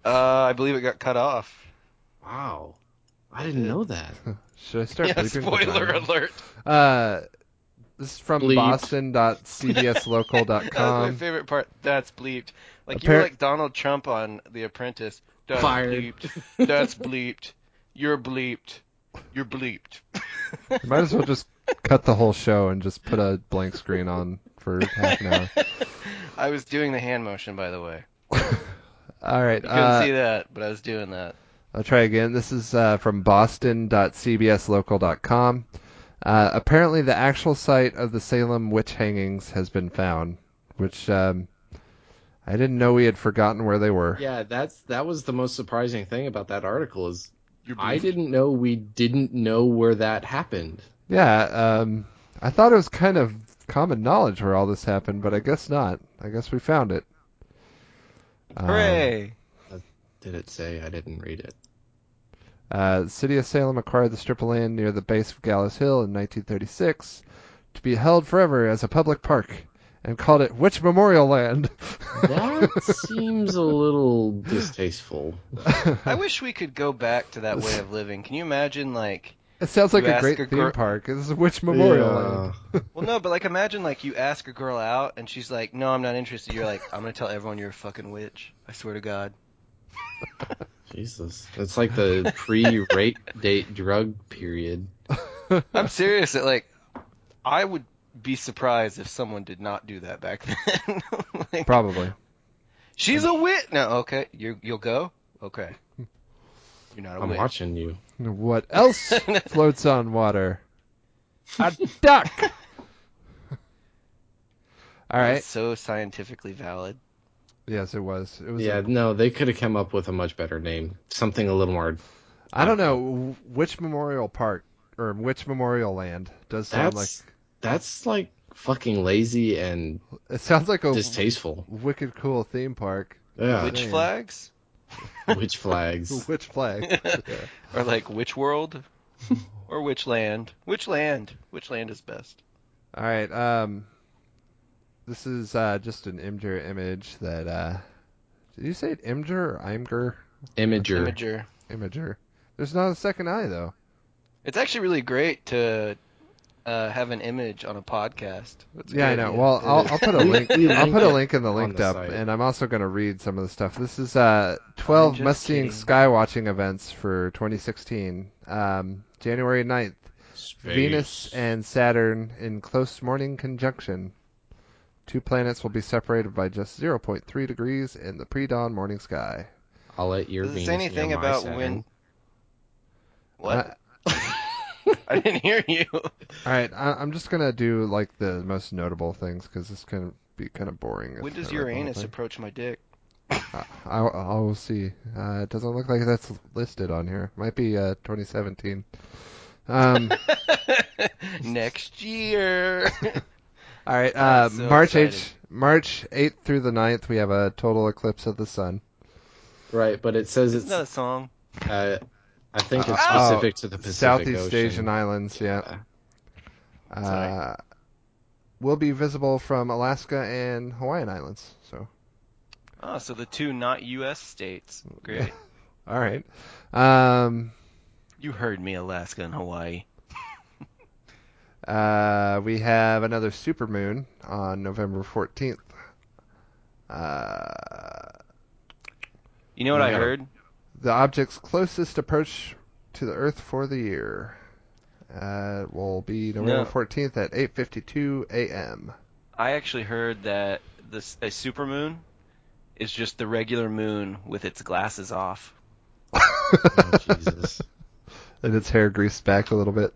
Uh, I believe it got cut off. Wow. I didn't know that. Should I start yeah, bleeping spoiler vagina? alert. Uh, this is from Bleep. That's my boston.cbslocal.com. favorite part. That's bleeped. Like you Appar- were like Donald Trump on The Apprentice. That's Fired. bleeped. That's bleeped. You're bleeped. You're bleeped. You Might as well just cut the whole show and just put a blank screen on for half an hour. I was doing the hand motion, by the way. All right, You couldn't uh, see that, but I was doing that. I'll try again. This is uh, from boston.cbslocal.com. Uh, apparently, the actual site of the Salem witch hangings has been found, which um, I didn't know we had forgotten where they were. Yeah, that's that was the most surprising thing about that article is I didn't know we didn't know where that happened. Yeah, um, I thought it was kind of common knowledge where all this happened, but I guess not. I guess we found it. Um, Hooray! Did it say I didn't read it? Uh, the city of Salem acquired the strip of land near the base of Gallows Hill in 1936 to be held forever as a public park and called it Witch Memorial Land. That seems a little distasteful. I wish we could go back to that way of living. Can you imagine, like, it sounds like You a ask great a theme gir- park. This is Witch Memorial Land. Well, no, but like imagine like you ask a girl out and she's like, "No, I'm not interested." You're like, "I'm gonna tell everyone you're a fucking witch." I swear to God. Jesus. It's like the pre rape date drug period. I'm serious. That like, I would be surprised if someone did not do that back then. Like, Probably. she's a witch. No, okay, you you'll go. Okay, you're not a I'm witch. watching you. What else floats on water? A duck. All That's right. so scientifically valid. Yes, it was. It was. Yeah, a- no, they could have come up with a much better name. Something a little more I don't know which Memorial Park or which Memorial Land does sound That's that's like fucking lazy and like. It sounds like a distasteful. wicked cool theme park. Oh. Uh, Yeah. Witch damn. flags Witch flags. Which flag? or like witch world or witch land. Which land? Which land is best? All right. Um, this is uh, just an Imgur image that. Uh, did you say it Imgur or Imgur? Imager. Imager. Imager. There's not a second eye though. It's actually really great to uh, have an image on a podcast. That's a yeah, I good know. idea. Well, It I'll, is. I'll put a link. We I'll put a it link in the on linked the up, site. and I'm also going to read some of the stuff. This is uh, 12 just must-seeing kidding. skywatching events for 2016. Um, January 9th, Venus and Saturn in close morning conjunction. Two planets will be separated by just 0.3 degrees in the pre-dawn morning sky. I'll let your Does it beans say anything near my about Saturn. when? What? Uh, I didn't hear you. All right, I, I'm just gonna do like the most notable things because this can be kind of boring. if When I does read the whole Uranus thing. approach my dick? I, I'll, I'll see. Uh, it doesn't look like that's listed on here. Might be uh, 2017. Um, Next year. all right, I'm uh, so March excited. 8th, March 8th through the 9th, we have a total eclipse of the sun. right, but it says Isn't it's. that a song? Uh, I think it's Ah! Uh, specific to the Pacific Southeast Ocean. Asian islands, yeah. Uh, Sorry. will be visible from Alaska and Hawaiian Islands. So, Oh, so the two not U.S. states. Great. all right. Um, You heard me, Alaska and Hawaii. Uh, we have another supermoon on November 14th. Uh, You know what I Yeah. heard? the object's closest approach to the Earth for the year uh, will be November No. 14th at 8:52 a.m. I actually heard that this a supermoon is just the regular moon with its glasses off. Oh, Jesus. and its hair greased back a little bit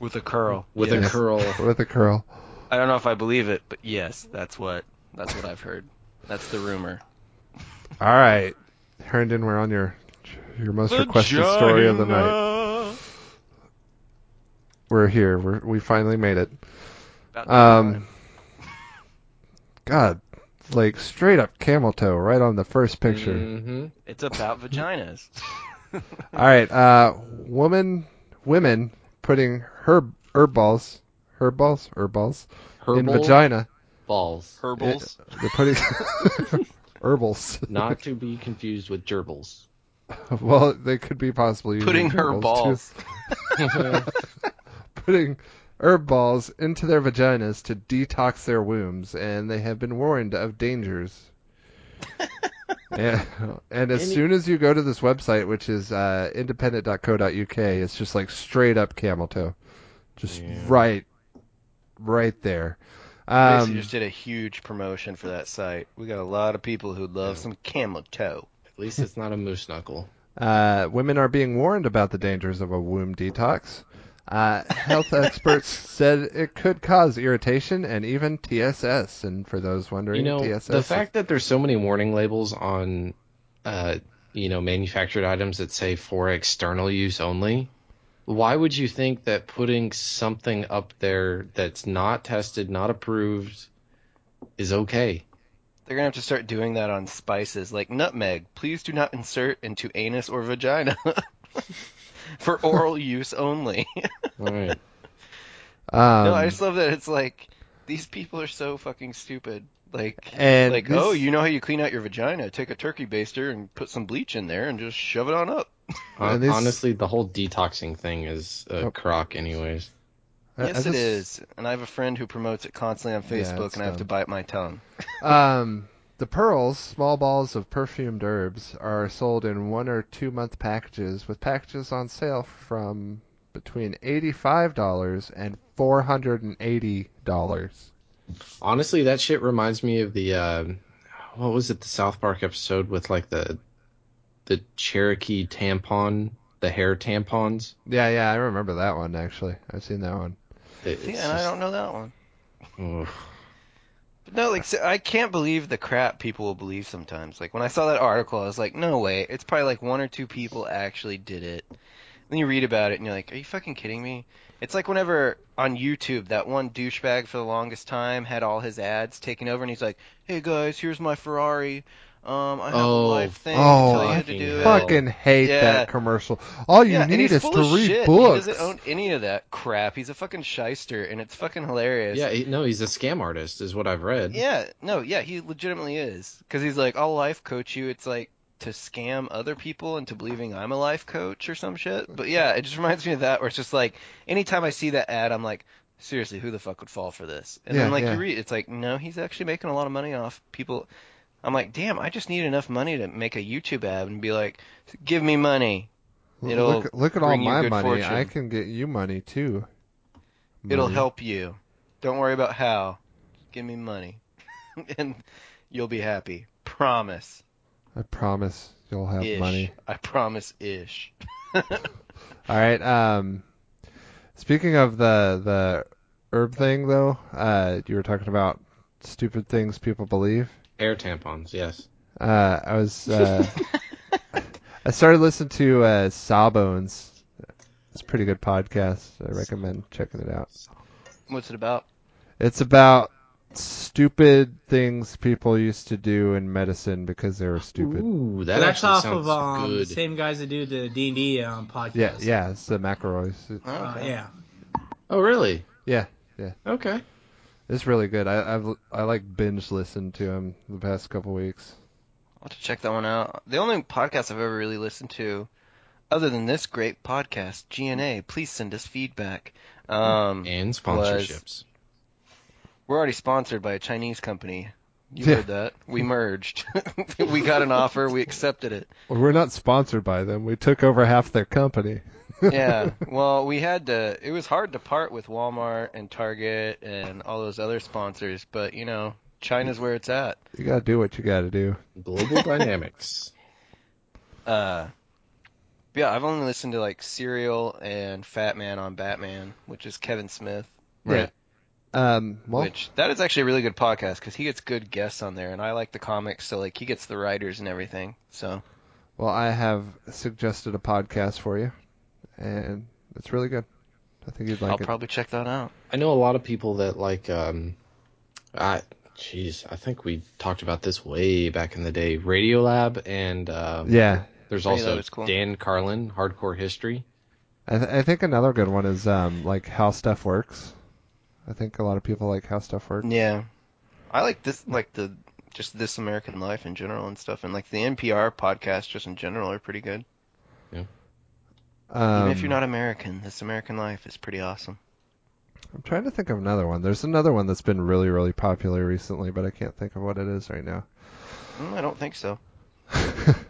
With a curl. With Yes. a curl. with a curl. I don't know if I believe it, but yes, that's what that's what I've heard. That's the rumor. All right, Herndon, we're on your your most requested story of the night. We're here. We're, we finally made it. About Um, God, like straight up camel toe right on the first picture. Mm-hmm. It's about vaginas. Mm-hmm. All right, uh, woman, women putting her herb balls, herb balls, herb balls in Herbal vagina. balls. Herbals. They're putting herbals. Not to be confused with gerbils. well, they could be possibly using Putting her herbals, balls. too. putting herb balls into their vaginas to detox their wombs, and they have been warned of dangers. and, and as Any- soon as you go to this website, which is uh, independent.co.uk, it's just like straight up camel toe, just Yeah. right, right there. Basically, Um, just did a huge promotion for that site. We got a lot of people who love some camel toe. At least it's not a moose knuckle. uh, women are being warned about the dangers of a womb detox. Uh, health experts said it could cause irritation and even TSS. And for those wondering, You know, TSS. the is- fact that there's so many warning labels on, uh, you know, manufactured items that say for external use only. Why would you think that putting something up there that's not tested, not approved, is okay? They're gonna have to start doing that on spices like nutmeg. Please do not insert into anus or vagina for oral use only. All right. um, no, I just love that it's like these people are so fucking stupid. Like, and like this- oh, you know how you clean out your vagina? Take a turkey baster and put some bleach in there and just shove it on up. And this- Honestly, the whole detoxing thing is a Oh. crock, anyways. I- I yes, it just- is. And I have a friend who promotes it constantly on Yeah, Facebook, it's and I have to dumb. bite my tongue. Um, the pearls, small balls of perfumed herbs, are sold in one or two month packages, with packages on sale from between eighty-five dollars and four hundred and eighty dollars. Honestly, that shit reminds me of the uh, what was it? The South Park episode with like the the Cherokee tampon, the hair tampons. Yeah, yeah, I remember that one actually. I've seen that one. It- See, it's and I just- don't know that one. Ugh. But no, like so- I can't believe the crap people will believe sometimes. Like when I saw that article, I was like, no way. It's probably like one or two people actually did it. Then you read about it and you're like, are you fucking kidding me? It's like whenever on YouTube that one douchebag for the longest time had all his ads taken over and he's like, hey guys, here's my Ferrari. Um, I have Oh, a life thing. oh, so you had to fucking do hell. it. Fuck Fucking hate Yeah. that commercial. All you yeah, and need he's is full of to read shit. books. He doesn't own any of that crap. He's a fucking shyster, and it's fucking hilarious. Yeah, he- no, he's a scam artist, is what I've read. Yeah, no, yeah, he legitimately is. Because he's like, I'll life coach you. It's like to scam other people into believing I'm a life coach or some shit. But yeah, it just reminds me of that where it's just like, anytime I see that ad, I'm like, seriously, who the fuck would fall for this? And Yeah, then like yeah. you read, it's like, no, he's actually making a lot of money off people. I'm like, damn, I just need enough money to make a YouTube ad and be like, give me money. It'll look, look at all bring you my good money. fortune. I can get you money too. It'll Money. help you. Don't worry about how. Give me money. and you'll be happy. Promise. I promise. You'll have ish. money. I promise, ish. All right. Um, speaking of the the herb thing, though, uh, you were talking about stupid things people believe. Air tampons, yes. Uh, I was uh, I started listening to uh, Sawbones. It's a pretty good podcast. I recommend checking it out. What's it about? It's about stupid things people used to do in medicine because they were stupid. Ooh, that That's actually off sounds of um, the good. same guys that do the D and D um, podcast. Yeah, yeah, it's the McElroys. Uh, yeah. Oh, really? Yeah, yeah. Okay. It's really good. I, I've I like binge listened to them the past couple weeks. I'll have to check that one out. The only podcast I've ever really listened to, other than this great podcast, GNA, please send us feedback. Um, And sponsorships. we're already sponsored by a Chinese company. You Yeah. heard that. We merged. we got an offer. We accepted it. Well, we're not sponsored by them. We took over half their company. Yeah. Well, we had to. It was hard to part with Walmart and Target and all those other sponsors, but you know, China's where it's at. You gotta do what you gotta do. Global Dynamics. Uh, yeah, I've only listened to like Serial and Fat Man on Batman, which is Kevin Smith. Right. Um, well, Which that is actually a really good podcast because he gets good guests on there, and I like the comics, so like he gets the writers and everything. So well, I have suggested a podcast for you, and it's really good. I think you'd like I'll it. probably check that out. I know a lot of people that like um I jeez, I think we talked about this way back in the day. Radiolab and um yeah, there's Radiolab also is cool. Dan Carlin, Hardcore History. I, th- I think another good one is um, like how stuff works. I think a lot of people like how stuff works. Yeah, I like this, like the just this American Life in general and stuff, and like the NPR podcast just in general are pretty good. Um, Even if you're not American, this American Life is pretty awesome. I'm trying to think of another one. There's another one that's been really, really popular recently, but I can't think of what it is right now. Mm, I don't think so.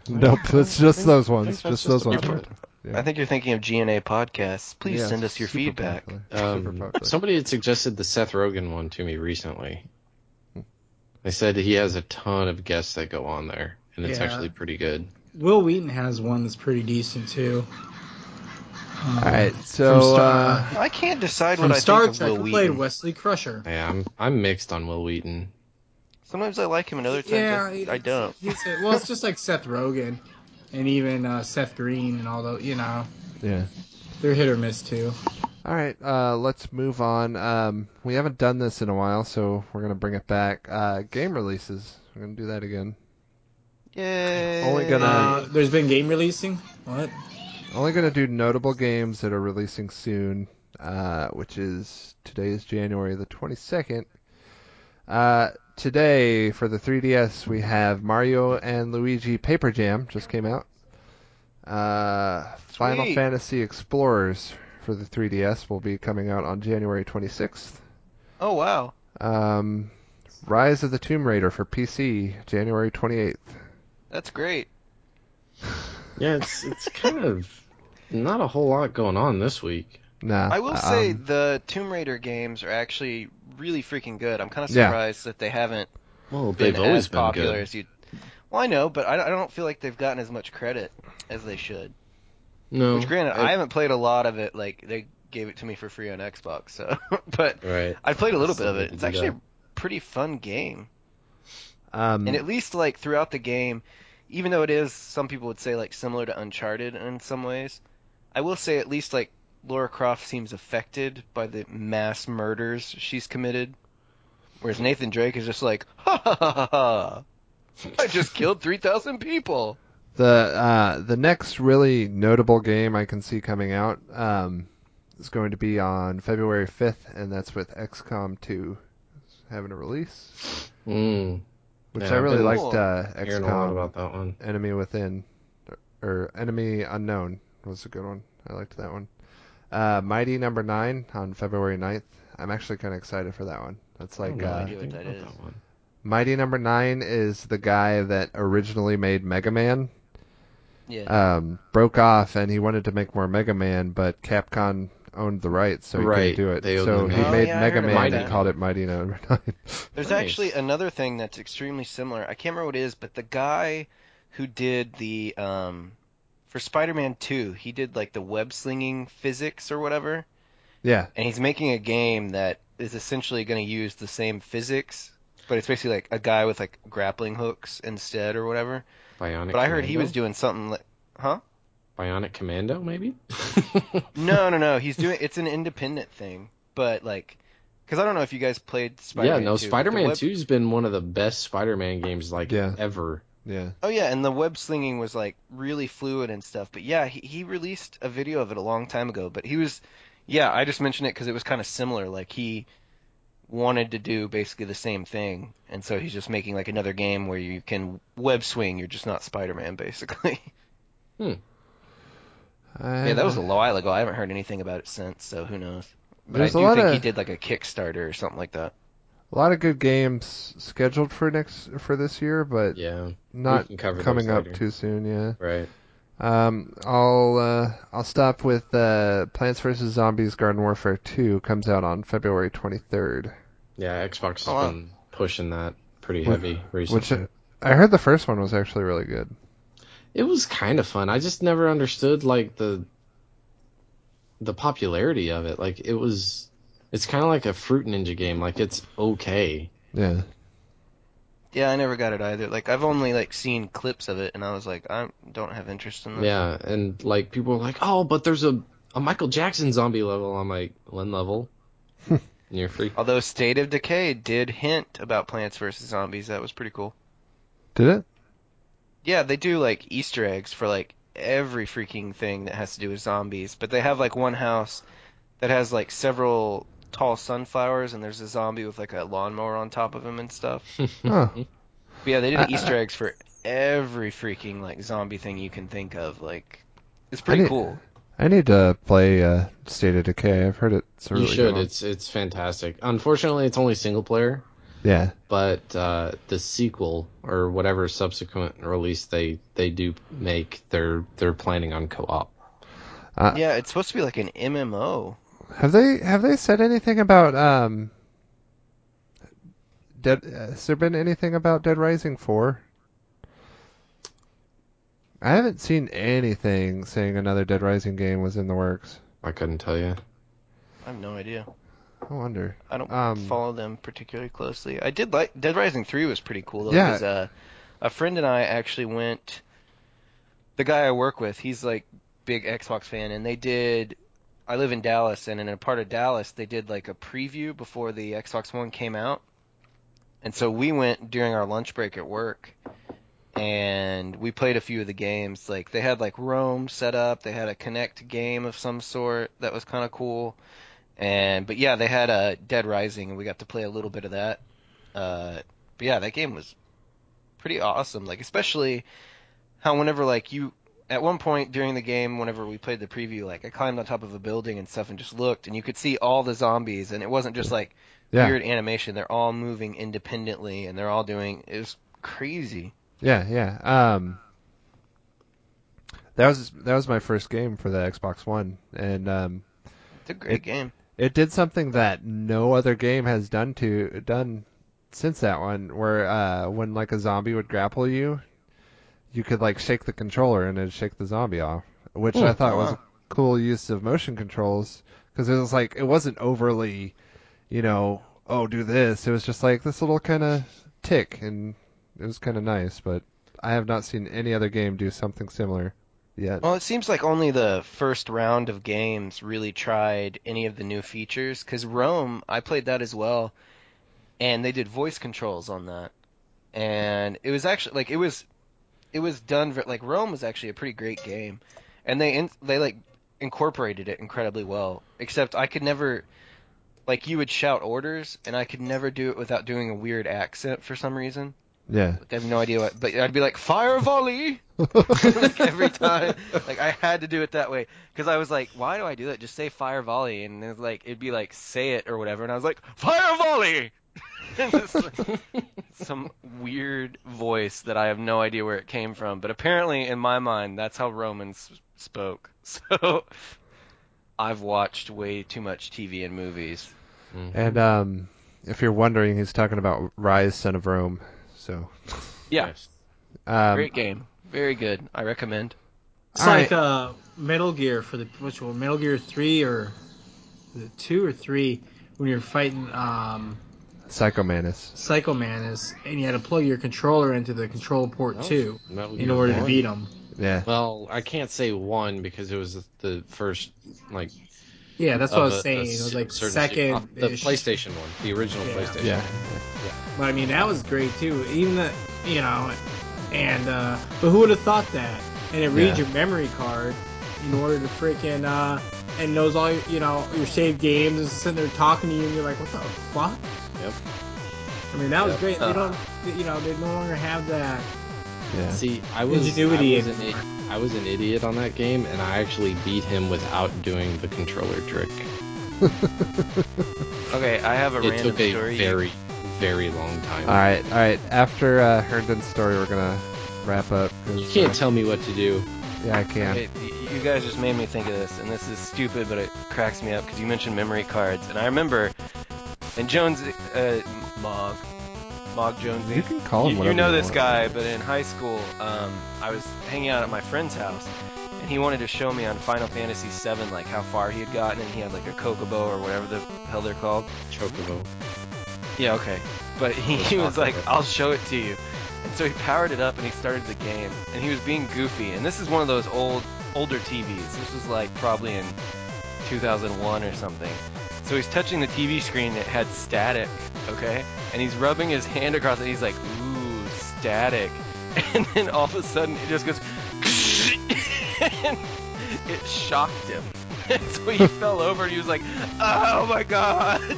nope, it's just those ones. that's Just just those the ones. one. Yeah. I think you're thinking of GNA podcasts. Please Yeah, send us your super feedback. popular. Super Um, popular. somebody had suggested the Seth Rogen one to me recently. Hmm. They said he has a ton of guests that go on there, and it's Yeah. actually pretty good. Will Wheaton has one that's pretty decent too. Um, All right, so uh, Star- I can't decide From what I Star think Trek, of Will who played Wheaton. Wesley Crusher. Yeah, I'm I'm mixed on Will Wheaton. Sometimes I like him, and other times Yeah, I, I don't. He's a, well, it's just like Seth Rogen, and even uh, Seth Green, and all those. You know, yeah. they're hit or miss too. All right, uh, let's move on. Um, we haven't done this in a while, so we're gonna bring it back. Uh, game releases. We're gonna do that again. Yay! Only gonna- Uh, there's been game releasing. What? Only gonna do notable games that are releasing soon, uh, which is today is January the 22nd. Uh, today for the 3DS we have Mario and Luigi Paper Jam just came out. Uh, Final Sweet. Fantasy Explorers for the 3DS will be coming out on January 26th. Oh wow! Um, Rise of the Tomb Raider for PC, January 28th. That's great. Yeah, it's it's kind of not a whole lot going on this week. Nah. I will say um, the Tomb Raider games are actually really freaking good. I'm kind of Yeah. surprised that they haven't Well, been they've always as been popular good. as you. Well, I know, but I I don't feel like they've gotten as much credit as they should. No, Which, granted, I- I haven't played a lot of it. Like they gave it to me for free on Xbox, so but right. I played a little bit of Still it. need to It's do actually that. a pretty fun game. um, And at least like throughout the game, even though it is some people would say like similar to Uncharted in some ways, I will say at least like Laura Croft seems affected by the mass murders she's committed, whereas Nathan Drake is just like ha ha ha ha. ha. I just killed three thousand people. the uh, the next really notable game I can see coming out um, is going to be on February 5th, and that's with XCOM 2 having a release, Mm, which Yeah, I I've really been liked. cool. Uh, hearing a lot XCOM about that one. Enemy Within or Enemy Unknown was a good one. I liked that one. Uh, Mighty Number Nine on February 9th. I'm actually kind of excited for that one. That's like I have no uh, idea what that about is. one. Mighty Number Nine is the guy that originally made Mega Man. Yeah. Um, broke off and he wanted to make more Mega Man, but Capcom owned the rights, so he Right, couldn't do it. they owned so the he name. Oh, made yeah, I Mega heard Man about and that. called it Mighty Number Nine. There's Nice. actually another thing that's extremely similar. I can't remember what it is, but the guy who did the um for Spider-Man 2, he did like the web slinging physics or whatever, Yeah. and he's making a game that is essentially going to use the same physics, but it's basically like a guy with like grappling hooks instead or whatever. Bionic. But I heard he Commando? was doing something like Bionic Commando, maybe. No, no, no, he's doing it's an independent thing, but like cuz I don't know if you guys played yeah, Spider-Man no. 2, but the Spider-Man web- Two's been one of the best Spider-Man games like Yeah. ever. Yeah. Oh yeah, and the web slinging was like really fluid and stuff. But yeah, he, he released a video of it a long time ago. But he was, yeah, I just mentioned it because it was kind of similar. Like he wanted to do basically the same thing, and so he's just making like another game where you can web swing. You're just not Spider-Man, basically. I- yeah, that was a while ago. I haven't heard anything about it since, so who knows? But There's I a do lot think of- he did like a Kickstarter or something like that. a lot of good games scheduled for next for this year, but Yeah, not can cover those coming up later. too soon. Yeah. right. Um, I'll uh, I'll stop with uh, Plants vs Zombies Garden Warfare 2 comes out on February 23rd, Yeah, Xbox has Oh, wow. been pushing that pretty Which- heavy recently. which uh, I heard the first one was actually really good. It was kind of fun. I just never understood like the the popularity of it. Like it was it's kind of like a fruit ninja game. Like it's okay. Yeah. Yeah, I never got it either. Like I've only like seen clips of it, and I was like, I don't have interest in that. Yeah, and like people are like, "Oh, but there's a a Michael Jackson zombie level." I'm like, "One level?" You're free. Although State of Decay did hint about Plants vs Zombies, that was pretty cool. Did it? Yeah, they do like Easter eggs for like every freaking thing that has to do with zombies, but they have like one house that has like several tall sunflowers and there's a zombie with like a lawnmower on top of him and stuff. Huh. But yeah, they did Uh, Easter eggs for every freaking like zombie thing you can think of. Like it's I pretty did- cool. I need to play uh, State of Decay. I've heard it's a really you should. good one. It's it's fantastic. Unfortunately, it's only single player, Yeah. but uh, the sequel or whatever subsequent release they they do make, they're they're planning on co-op. I- Yeah, it's supposed to be like an MMO. Have they have they said anything about um? Dead, uh, has there been anything about Dead Rising four? I haven't seen anything saying another Dead Rising game was in the works. I couldn't tell you. I have no idea. I wonder. I don't Um, follow them particularly closely. I did like Dead Rising Three was pretty cool though. Yeah. 'cause, uh, a friend and I actually went. The guy I work with, he's like big Xbox fan, and they did. I live in Dallas, and in a part of Dallas, they did like a preview before the Xbox One came out. And so we went during our lunch break at work, and we played a few of the games. Like they had like Rome set up, they had a Connect game of some sort that was kind of cool. And but yeah, they had a Dead Rising, and we got to play a little bit of that. Uh, but yeah, that game was pretty awesome. Like especially how whenever like you at one point during the game, whenever we played the preview, like I climbed on top of a building and stuff and just looked, and you could see all the zombies, and it wasn't just like Yeah. weird animation. They're all moving independently, and they're all doing it was crazy. Yeah, yeah. Um, that was that was my first game for the Xbox One, and um, It's a great It- game. it did something that no other game has done to done since that one where uh when like a zombie would grapple you you could like shake the controller and it'd shake the zombie off which Hmm. i thought was a cool use of motion controls because it was like it wasn't overly you know oh do this it was just like this little kind of tick and it was kind of nice but i have not seen any other game do something similar yet Well, it seems like only the first round of games really tried any of the new features. Because Rome, I played that as well, and they did voice controls on that, and it was actually like it was, it was done ver- like Rome was actually a pretty great game, and they in, they like incorporated it incredibly well. Except I could never, like you would shout orders, and I could never do it without doing a weird accent for some reason. yeah Like, I have no idea what, but I'd be like fire volley. like every time. Like I had to do it that way because I was like, why do I do that? Just say fire volley, and it's like it'd be like say it or whatever, and I was like fire volley. And it's like some weird voice that I have no idea where it came from, but apparently in my mind that's how Romans spoke. So I've watched way too much TV and movies. And um, if you're wondering, he's talking about Rise, Son of Rome. So, Yeah, Yes. um, great game. Very good. I recommend. It's All like right. uh, Metal Gear for the which one? Metal Gear three or the two or three when you're fighting um, Psycho Manus. Psycho Manus and you had to plug your controller into the control port That was two Metal in Gear order to One. beat him. Yeah. Well, I can't say one because it was the first like. Yeah, that's what I of was a- saying. a It was like certain- uh, second. the PlayStation one, the original Yeah. PlayStation. Yeah. But I mean, that was great too. Even the, you know, and uh, but who would have thought that? And it reads Yeah. your memory card in order to freaking uh, and knows all your, you know your saved games and it's sitting there talking to you and you're like, what the fuck? Yep. I mean, that Yep. was Uh. great. They don't, they- you know, they no longer have that. Yeah. See, I was, I Ingenuity was, an, and- i- I was an idiot on that game, and I actually beat him without doing the controller trick. Okay, I have a it random took a story. very, very long time. All right. All right. After uh, Herndon's story, we're gonna wrap up. 'cause, You can't uh, tell me what to do. yeah, I can. It- y- you guys just made me think of this, and this is stupid, but it cracks me up because you mentioned memory cards, and I remember, and Jones, uh, Mog, Mog Jonesy. You can call him. you, you whatever know this want. guy, but in high school, um, I was hanging out at my friend's house, and he wanted to show me on Final Fantasy VII like how far he had gotten, and he had like a Kokobo or whatever the hell they're called. Chocobo. Yeah, okay. But he, We're he was talking like, about- I'll show it to you. And so he powered it up and he started the game. And he was being goofy. And this is one of those old older TVs. This was like probably in 2001 or something. So he's touching the TV screen that had static, okay? And he's rubbing his hand across it. he's like, ooh, static. And then all of a sudden it just goes, and it shocked him. And so he fell over and he was like, oh my god.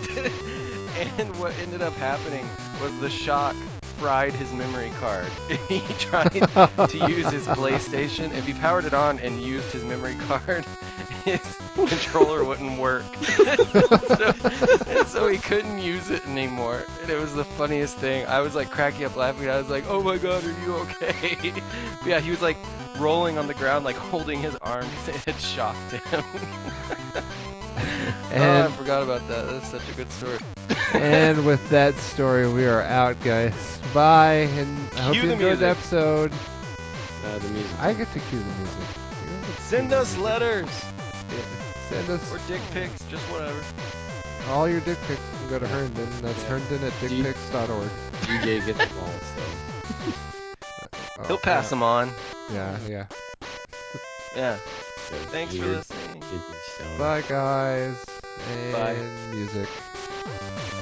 and what ended up happening was the shock fried his memory card. he tried to use his PlayStation. If he powered it on and used his memory card, his controller wouldn't work. so, and so he couldn't use it anymore. And it was the funniest thing. I was like cracking up laughing. I was like, oh my god, are you okay? But yeah, he was like rolling on the ground, like holding his arm because it had shocked him. oh, I And forgot about that. That's such a good story. and with that story, we are out, guys. Bye. And I hope Cue you the enjoyed the music. episode. Uh, the music. I get to cue the music. You don't get to Send cue the us music. letters Yeah. Send us or dick pics, just whatever. all your dick pics. You can go to Herndon. That's Yeah. Herndon at Do you- dickpics.org. DJ gets the balls, though. Oh, He'll pass them on. Yeah, yeah. Yeah. So Thanks for weird. listening. It just sounds- Bye, guys. And Bye. music.